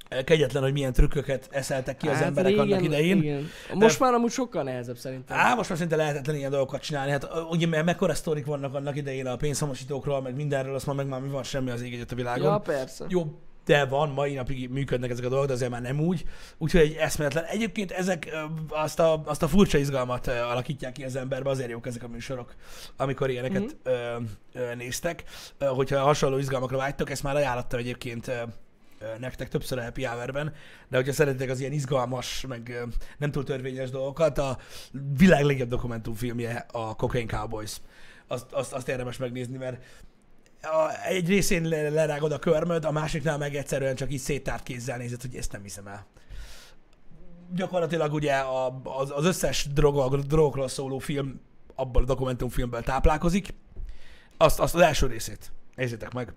eh, kegyetlen, hogy milyen trükköket eszeltek ki az Hát emberek régen- annak idején. Igen. Most már amúgy sokkal nehezebb szerintem. Á, Hát, most már szinte lehetetlen ilyen dolgokat csinálni. Hát ö, ugye, mert mekkora sztorik vannak annak idején a pénzhamosítókról, meg mindenről, azt már meg már mi van semmi az ég egyet a világon. ja, persze. Jó, de van, mai napig működnek ezek a dolgok, de azért már nem úgy. Úgyhogy egy eszméletlen. Egyébként ezek ö, azt a, azt a furcsa izgalmat ö, alakítják ki az emberbe, azért jók ezek a műsorok, amikor ilyeneket mm-hmm. ö, ö, néztek. Ö, hogyha hasonló izgalmakra vágytok, ezt már ajánlottam egyébként ö, ö, nektek többször a Happy Hour-ben, de hogyha szeretitek az ilyen izgalmas, meg ö, nem túl törvényes dolgokat, a világ legjobb dokumentumfilmje a Cocaine Cowboys. Azt, azt, azt érdemes megnézni, mert a, egy részén le- lerágod a körmöd, a másiknál meg egyszerűen csak így széttárt kézzel nézed, hogy ezt nem hiszem el. Gyakorlatilag ugye a, az, az összes drog, drogokról szóló film abban a dokumentumfilmből táplálkozik. Azt, azt az első részét nézzétek meg.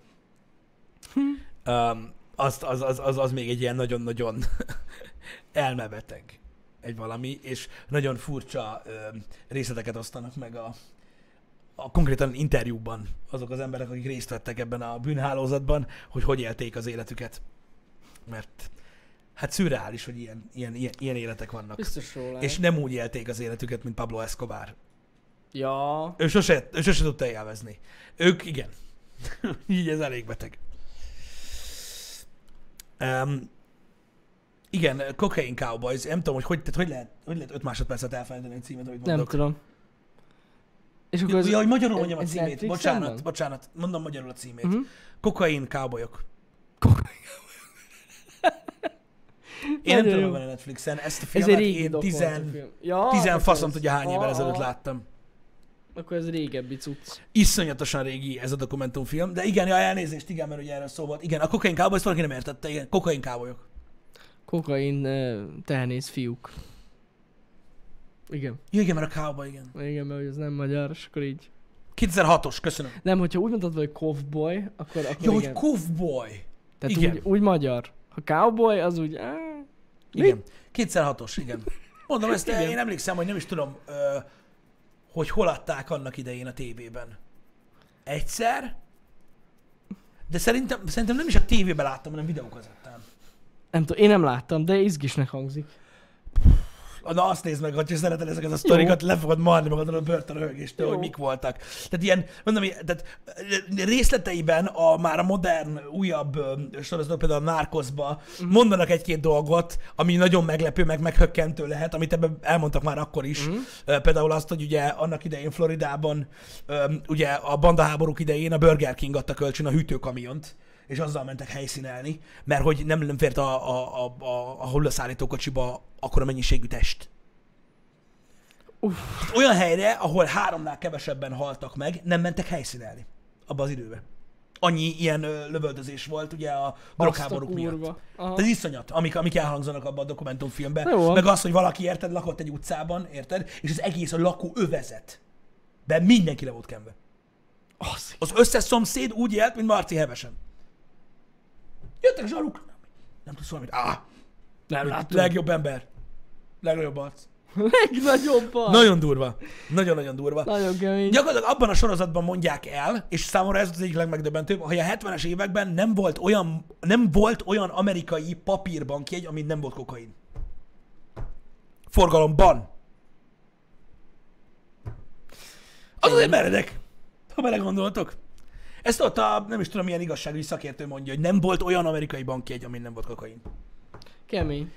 Um, azt, az, az, az, az még egy ilyen nagyon-nagyon elmebeteg egy valami, és nagyon furcsa öm, részleteket osztanak meg a, a konkrétan interjúban azok az emberek, akik részt vettek ebben a bűnhálózatban, hogy hogy élték az életüket. Mert hát szürreális, hogy ilyen, ilyen, ilyen, ilyen életek vannak. Biztos róla. És nem úgy élték az életüket, mint Pablo Escobar. Ja. Ő sose, ő sose tudta élvezni. Ők igen. Így ez elég beteg. Um, igen, Cocaine Cowboys. Nem tudom, hogy hogy, tehát hogy, lehet, hogy lehet 5 másodpercet elfelejteni a címet, amit Nem mondok. tudom. És akkor Ja, hogy magyarul mondjam a ez címét. Netflixen Bocsánat, van? bocsánat. Mondom magyarul a címét. Mhm. Kokain kábolyok. Én Nagyon nem tudom, jó. van a Netflixen. Ezt a Ez filmet egy régi én tizen, dokumentumfilm. ja, tizen akkor faszom ez- tudja hány évvel ah, ezelőtt ah, láttam. Akkor ez régebbi cucc. Iszonyatosan régi ez a dokumentumfilm, de igen, ja, elnézést, igen, mert ugye erről szó volt. Igen, a kokain kábolyok, valaki nem értette, igen, kokain kábolyok. Kokain eh, tehenész fiúk. Igen. Ja, igen, mert a cowboy, igen. Igen, mert hogy ez nem magyar, és akkor így. 2006-os, köszönöm. Nem, hogyha úgy mondtad, hogy cowboy, akkor, akkor Jó, hogy igen. Kovboy. Tehát igen. Úgy, úgy, magyar. Ha cowboy, az úgy... Á, Igen. 2006-os, igen. Mondom, ezt Igen. én emlékszem, hogy nem is tudom, ö, hogy hol adták annak idején a tévében. Egyszer, de szerintem, szerintem nem is a tévében láttam, hanem videókazettán. nem tudom, én nem láttam, de izgisnek hangzik. Na azt nézd meg, hogyha szereted ezeket a sztorikat, le fogod marni magad a börtönröhögéstől, Jó. hogy mik voltak. Tehát ilyen, mondom, ilyen- tehát részleteiben a már a modern, újabb ö, sorozatok, például a Narcosba mondanak egy-két dolgot, ami nagyon meglepő, meg meghökkentő lehet, amit ebben elmondtak már akkor is. Ö, Például azt, hogy ugye annak idején Floridában, ö, ugye a bandaháborúk idején a Burger King adta kölcsön a hűtőkamiont és azzal mentek helyszínelni, mert hogy nem nem fért a, a, a, a, a hullaszállítókocsiba akkora mennyiségű test. Tehát olyan helyre, ahol háromnál kevesebben haltak meg, nem mentek helyszínelni abba az időbe. Annyi ilyen ö, lövöldözés volt ugye a drogháborúk Azt a miatt. kurva. Aha. Tehát ez iszonyat, amik, amik elhangzanak abban a dokumentumfilmben. Jó. Meg az, hogy valaki, érted, lakott egy utcában, érted, és az egész a lakó övezet. De mindenki le volt kenve. Az, Az összes szomszéd úgy élt, mint Marci Hevesen. Jöttek zsaruk. Nem, nem tudsz valamit. Á, nem láttam. Leg... legjobb ember. Legnagyobb arc. Legnagyobban. Nagyon durva. Nagyon-nagyon durva. Nagyon kemény. Gyakorlatilag abban a sorozatban mondják el, és számomra ez az egyik legmegdöbbentőbb, hogy a 70-es években nem volt olyan, nem volt olyan amerikai papírbanki egy, amin nem volt kokain. Forgalomban. Az azért meredek, ha belegondoltok. Ezt ott a, nem is tudom, milyen igazságügyi szakértő mondja, hogy nem volt olyan amerikai banki egy, amin nem volt kokain Kemény.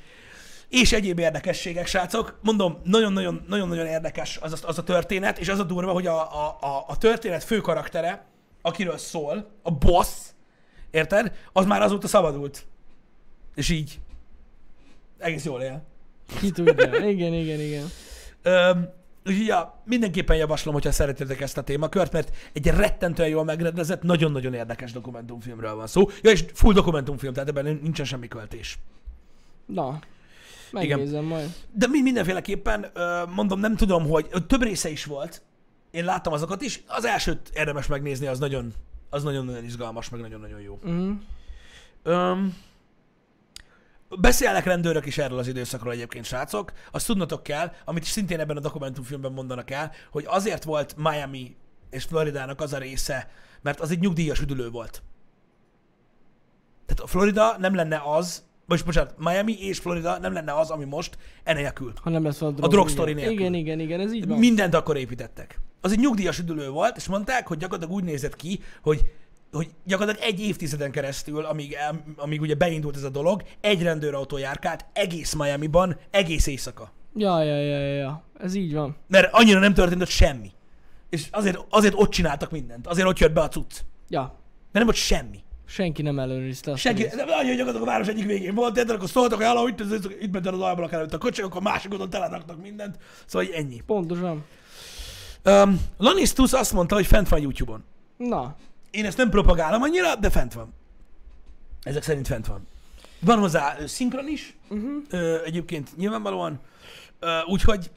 és egyéb érdekességek, srácok. Mondom, nagyon-nagyon, nagyon-nagyon érdekes az, a- az a történet, és az a durva, hogy a, a, a, a történet fő karaktere, akiről szól, a boss, érted? Az már azóta szabadult. És így. Egész jól él. Ki tudja. Igen, igen, igen. Öm, Úgyhogy ja, mindenképpen javaslom, hogyha szeretitek ezt a témakört, mert egy rettentően jól megrendezett, nagyon-nagyon érdekes dokumentumfilmről van szó. Ja, és full dokumentumfilm, tehát ebben nincsen semmi költés. Na. Megnézem majd. De mi mindenféleképpen, ö, mondom, nem tudom, hogy ö, több része is volt. Én láttam azokat is. Az elsőt érdemes megnézni, az nagyon, az nagyon-nagyon izgalmas, meg nagyon-nagyon jó. Mhm. Öm, beszélnek rendőrök is erről az időszakról egyébként, srácok. Azt tudnotok kell, amit szintén ebben a dokumentumfilmben mondanak el, hogy azért volt Miami és Floridának az a része, mert az egy nyugdíjas üdülő volt. Tehát a Florida nem lenne az, vagy bocsánat, Miami és Florida nem lenne az, ami most, enélkül. Ha nem lesz a drog. drogsztori igen. nélkül. Igen, igen, igen, ez így van. Mindent akkor építettek. Az egy nyugdíjas üdülő volt, és mondták, hogy gyakorlatilag úgy nézett ki, hogy hogy gyakorlatilag egy évtizeden keresztül, amíg, el- amíg ugye beindult ez a dolog, egy rendőrautó járkált egész Miami-ban, egész éjszaka. Ja, ja, ja, ja, ja. Ez így van. Mert annyira nem történt ott semmi. És azért, azért ott csináltak mindent, azért ott jött be a cucc. Ja. Mert nem volt semmi. Senki nem ellenőrizte azt. Senki, hogy ez- de nagyon gyakorlatilag a város egyik végén volt, érted, akkor szóltak, hogy "Hello, itt, itt, itt ment el az ajbalak előtt a kocsi, akkor másik oldalon teleraknak mindent. Szóval így ennyi. Pontosan. Um, Lanistus azt mondta, hogy fent van YouTube-on. Na. Én ezt nem propagálom annyira, de fent van. Ezek szerint fent van. Van hozzá ö, szinkron is, Uh-huh. ö, egyébként nyilvánvalóan. Ö, úgyhogy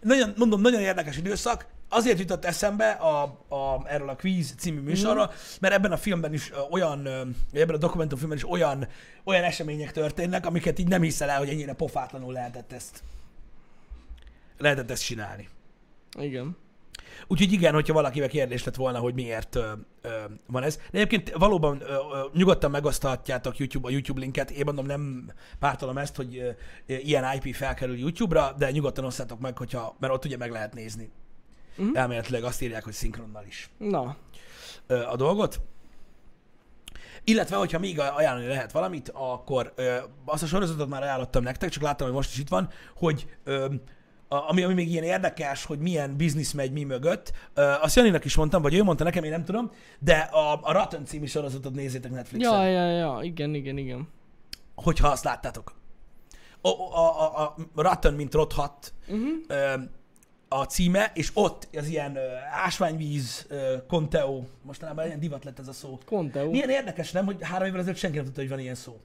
nagyon, mondom, nagyon érdekes időszak. Azért jutott eszembe a, a, erről a Quiz című műsorra, mert ebben a filmben is ö, olyan, ö, vagy ebben a dokumentumfilmben is olyan, olyan események történnek, amiket így nem hiszel el, hogy ennyire pofátlanul lehetett ezt, lehetett ezt csinálni. Igen. Úgyhogy igen, hogyha valakivel kérdés lett volna, hogy miért ö, ö, van ez. De egyébként valóban ö, ö, nyugodtan megoszthatjátok YouTube, a YouTube linket. Én mondom, nem pártolom ezt, hogy ö, ö, ilyen IP felkerül YouTube-ra, de nyugodtan osszátok meg, hogyha, mert ott ugye meg lehet nézni. Mhm. Uh-huh. Elméletileg azt írják, hogy szinkronnal is Na. ö, a dolgot. Illetve, hogyha még ajánlani lehet valamit, akkor ö, azt a sorozatot már ajánlottam nektek, csak láttam, hogy most is itt van, hogy ö, a- ami, ami még ilyen érdekes, hogy milyen biznisz megy mi mögött, ö, azt Janinak is mondtam, vagy ő mondta nekem, én nem tudom, de a, a Rotten című sorozatot nézzétek Netflixen, Ja, Jaj. ja, ja. Igen, igen, igen. hogyha azt láttátok. A, a, a, a Rotten, mint rothat, Uh-huh. ö, a címe, és ott az ilyen ö, ásványvíz, ö, konteó, mostanában ilyen divat lett ez a szó. Conteo. Milyen érdekes, nem, hogy három évvel ezelőtt senki nem tudta, hogy van ilyen szó.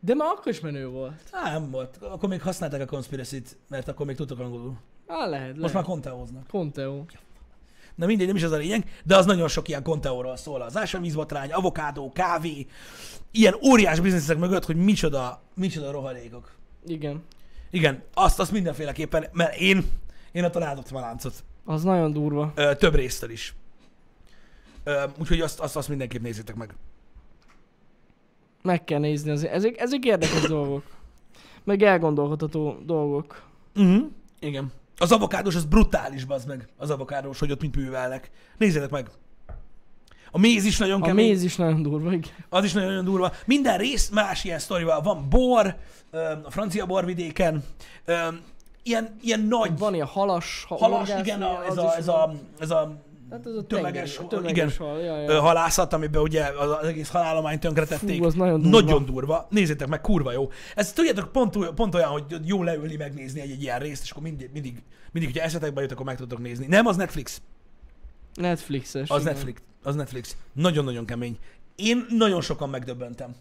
De már akkor is menő volt. Á, nem volt. Akkor még használták a conspiracy mert akkor még tudtak angolul. Á, lehet, Most lehet. már konteóznak. Conteo. Na mindegy, nem is az a lényeg, de az nagyon sok ilyen konteóról szól. Az ásványvízbotrány, avokádó, kávé, ilyen óriás bizniszek mögött, hogy micsoda, micsoda rohalékok. Igen. Igen, azt, azt mindenféleképpen, mert én, én attól áldottam a láncot. Az nagyon durva. Ö, több résztől is. Ö, úgyhogy azt, azt, azt mindenképp nézzétek meg. Meg kell nézni azért. Ezek, ezek érdekes dolgok. Meg elgondolkodható dolgok. Mhm. Uh-huh. Igen. Az avokádós az brutális, bazd meg. Az avokádós, hogy ott mit művelnek. Nézzétek meg. A méz is nagyon A kemény, méz is nagyon durva, igen. az is nagyon-nagyon durva. Minden rész más ilyen sztorival. Van bor, öm, a francia borvidéken, öm, ilyen, ilyen nagy Van ilyen halas, ha halas, horgász, igen, ugye, a, ez, az a, is ez, van. a, ez a, Hát az a tömeges, tömeges, hol- a tömeges igen. hal, ja, ö, ja. halászat, amiben ugye az, az egész halálományt tönkretették. Fú, az nagyon durva. Nagyon durva. Nézzétek meg, kurva jó. Ez tudjátok, pont, oly- pont olyan, hogy jó leülni, megnézni egy, egy ilyen részt, és akkor mindig, mindig, mindig hogyha eszetekbe jut, akkor meg tudtok nézni. Nem, az Netflix. Netflixes. Az igen. Netflix. Az Netflix. Nagyon-nagyon kemény. Én nagyon sokan megdöbbentem.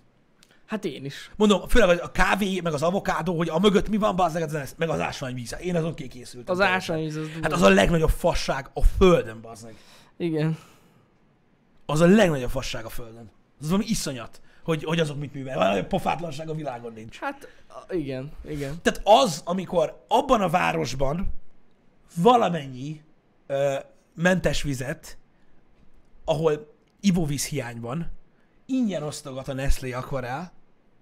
Hát én is. Mondom, főleg hogy a kávé, meg az avokádó, hogy a mögött mi van, bazzeg, az lesz, meg az ásványvíz. Én azon kikészültem. Az ásványvíz az durva. Hát az a legnagyobb fasság a földön, bazzeg. Igen. Az a legnagyobb fasság a földön. Az valami iszonyat, hogy, hogy azok mit művel. Valami pofátlanság a világon nincs. Hát a- igen, igen. Tehát az, amikor abban a városban valamennyi ö, mentes vizet, ahol ivóvíz hiány van, ingyen osztogat a Nestlé akvarál,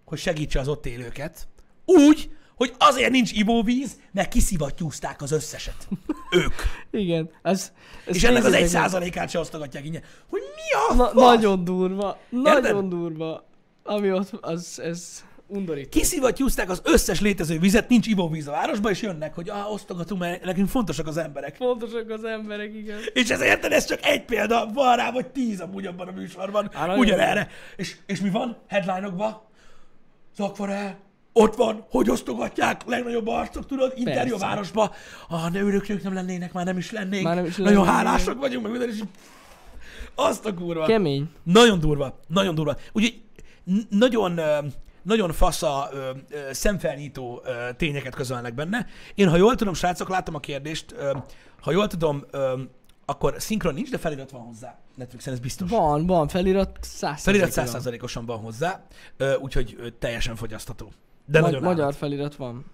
hogy segítse az ott élőket, úgy, hogy azért nincs ivóvíz, mert kiszivattyúzták az összeset. Ők. Igen. Ez, ez És ennek az egy nézzétek meg. százalékát se osztogatják ingyen. Hogy mi a Na, Na, nagyon durva, nagyon durva. Ami ott, az, ez undorító. Kiszivattyúzták az összes létező vizet, nincs ivóvíz a városban, és jönnek, hogy ah, osztogatunk, mert nekünk fontosak az emberek. Fontosak az emberek, igen. És ez érted, ez csak egy példa, van rá vagy tíz amúgy abban a műsorban, Á, nagyon ugyanerre. És, és mi van? Headline-okban? Zakvarel, ott van, hogy osztogatják, legnagyobb arcok, tudod, interjú a Persze. városba. Ah, ne örök, ők nem lennének, már nem is lennénk. Már nem is Nagyon lennénk. hálásak vagyunk, meg minden is. Azt a kurva. Kemény. Nagyon durva, nagyon durva. Úgyhogy n- nagyon, ö, nagyon fasza, ö, ö, szemfelnyitó ö, tényeket közölnek benne. Én, ha jól tudom, srácok, látom a kérdést, ö, ha jól tudom, ö, akkor szinkron nincs, de felirat van hozzá. Netflixen ez biztos. Van, van, felirat Felirat száz százalékra van. százszázalékosan van hozzá, ö, úgyhogy ö, teljesen fogyasztható. De Ma- nagyon állat. Magyar felirat van.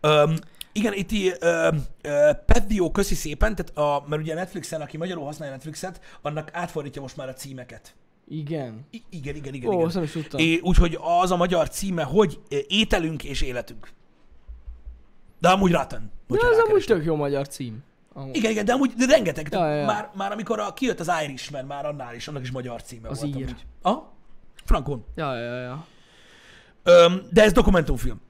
Öm, igen, itt í- öm, ö, Pepdio, köszi szépen, tehát a, mert ugye Netflixen, aki magyarul használja Netflixet, annak átfordítja most már a címeket. Igen. I- igen, igen, igen. Ó, igen. azt nem is tudtam. É, úgyhogy az a magyar címe, hogy eh, ételünk és életünk. De amúgy Rotten. De hogyha ez amúgy rákerestek. tök jó magyar cím. Amúgy. Igen, igen, de amúgy de rengeteg. Ja, ja, ja. Már, már amikor a, kijött az Irishman, már annál is, annak is magyar címe Az volt. ír. amúgy. Aha, Frankon. Ja, ja, ja. Öm, de ez dokumentumfilm.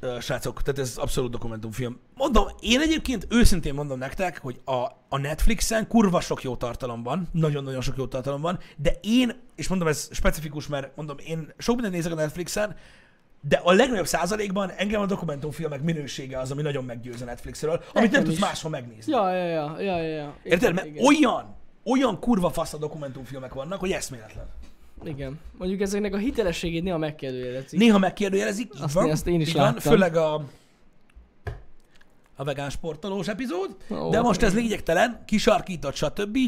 Ö, srácok, tehát ez abszolút dokumentumfilm. Mondom, én egyébként őszintén mondom nektek, hogy a, a Netflixen kurva sok jó tartalom van, nagyon-nagyon sok jó tartalom van, de én, és mondom ez specifikus, mert mondom, én sok mindent nézek a Netflixen, de a legnagyobb százalékban engem a dokumentumfilmek minősége az, ami nagyon meggyőz a Netflixről, amit nem Nekem tudsz is. máshol megnézni. Ja, ja, ja, ja, ja, ja. Érted? Igen, Mert igen. olyan, olyan kurva fasz a dokumentumfilmek vannak, hogy eszméletlen. Igen. Mondjuk ezeknek a hitelességét néha megkérdőjelezik. Néha megkérdőjelezik, így Azt van. én- azt én is így van, láttam. Főleg a, a vegán sportolós epizód, Ó, de most ez igen. légyektelen, kisarkított, stb.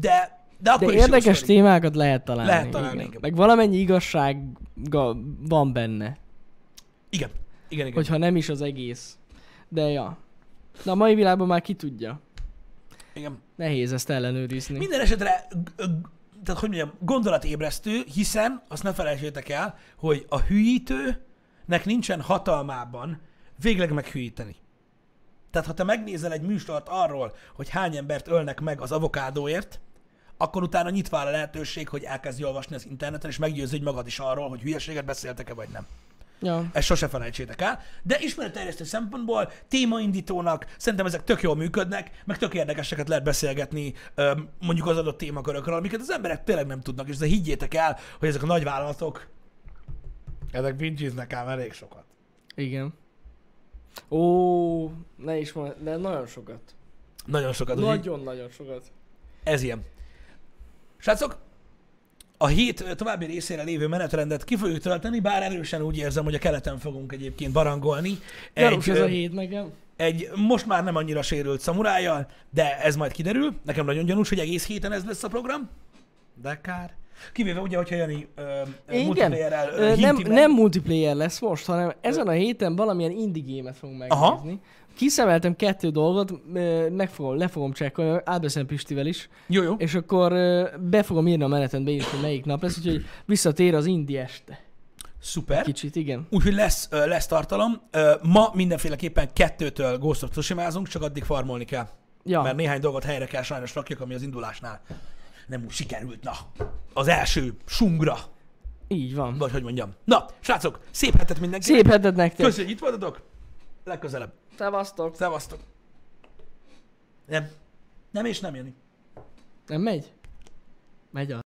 De, de akkor De is jó érdekes sztori. témákat lehet találni. Lehet találni, igen. igen. Meg valamennyi igazsága van benne. Igen, igen, igen. Hogyha nem is az egész. De ja. De a mai világban már ki tudja. igen. Nehéz ezt ellenőrizni. Minden esetre, g- g- tehát hogy mondjam, gondolatébresztő, hiszen, azt ne felejtsétek el, hogy a hülyítőnek nincsen hatalmában végleg meghűíteni. Tehát ha te megnézel egy műsort arról, hogy hány embert ölnek meg az avokádóért, akkor utána nyitva áll a lehetőség, hogy elkezdj olvasni az interneten, és meggyőződj magad is arról, hogy hülyeséget beszéltek-e vagy nem. Ja. Ezt sose felejtsétek el. De ismeretterjesztő szempontból, témaindítónak, szerintem ezek tök jól működnek, meg tök érdekeseket lehet beszélgetni öm, mondjuk az adott témakörökről, amiket az emberek tényleg nem tudnak, és de higgyétek el, hogy ezek a nagyvállalatok, ezek vincsíznek ám elég sokat. Igen. Ó, ne is mond, de nagyon Hát, sokat. Nagyon sokat. úgyhogy- Nagyon-nagyon sokat. Ez ilyen. Srácok, a hét ö, további részére lévő menetrendet ki fogjuk tölteni, bár erősen úgy érzem, hogy a keleten fogunk egyébként barangolni. Gyanús ez ö, a hét nekem. egy most már nem annyira sérült szamurájjal, de ez majd kiderül. Nekem nagyon gyanús, hogy egész héten ez lesz a program. De kár. Kivéve ugye, hogyha Jani ö, ö, Igen. multiplayerrel ö, Ö, nem, hinti meg. nem multiplayer lesz most, hanem ezen a héten valamilyen indie gémet fogunk Aha. megnézni. Kiszemeltem kettő dolgot, ö, meg fogom, le fogom csekkolni, átbeszélem Pistivel is, Jó, jó. és akkor ö, be fogom írni a menetembe is, hogy melyik nap lesz, úgyhogy visszatér az indie este. Szuper. Kicsit, igen. Úgyhogy lesz, ö, lesz tartalom. Ö, Ma mindenféleképpen kettőtől Ghost of Tsushima-zunk, csak addig farmolni kell. Ja, Mert néhány dolgot helyre kell sajnos rakjak, ami az indulásnál nem úgy sikerült. Na, az első sungra, így van. vagy hogy mondjam. Na, srácok, szép hetet mindenkinek. Szép heted nektek! Köszönjük, hogy itt voltatok. Legközelebb. Szevasztok! Szevasztok. Nem. Nem és nem, Jani. Nem megy? Megy az.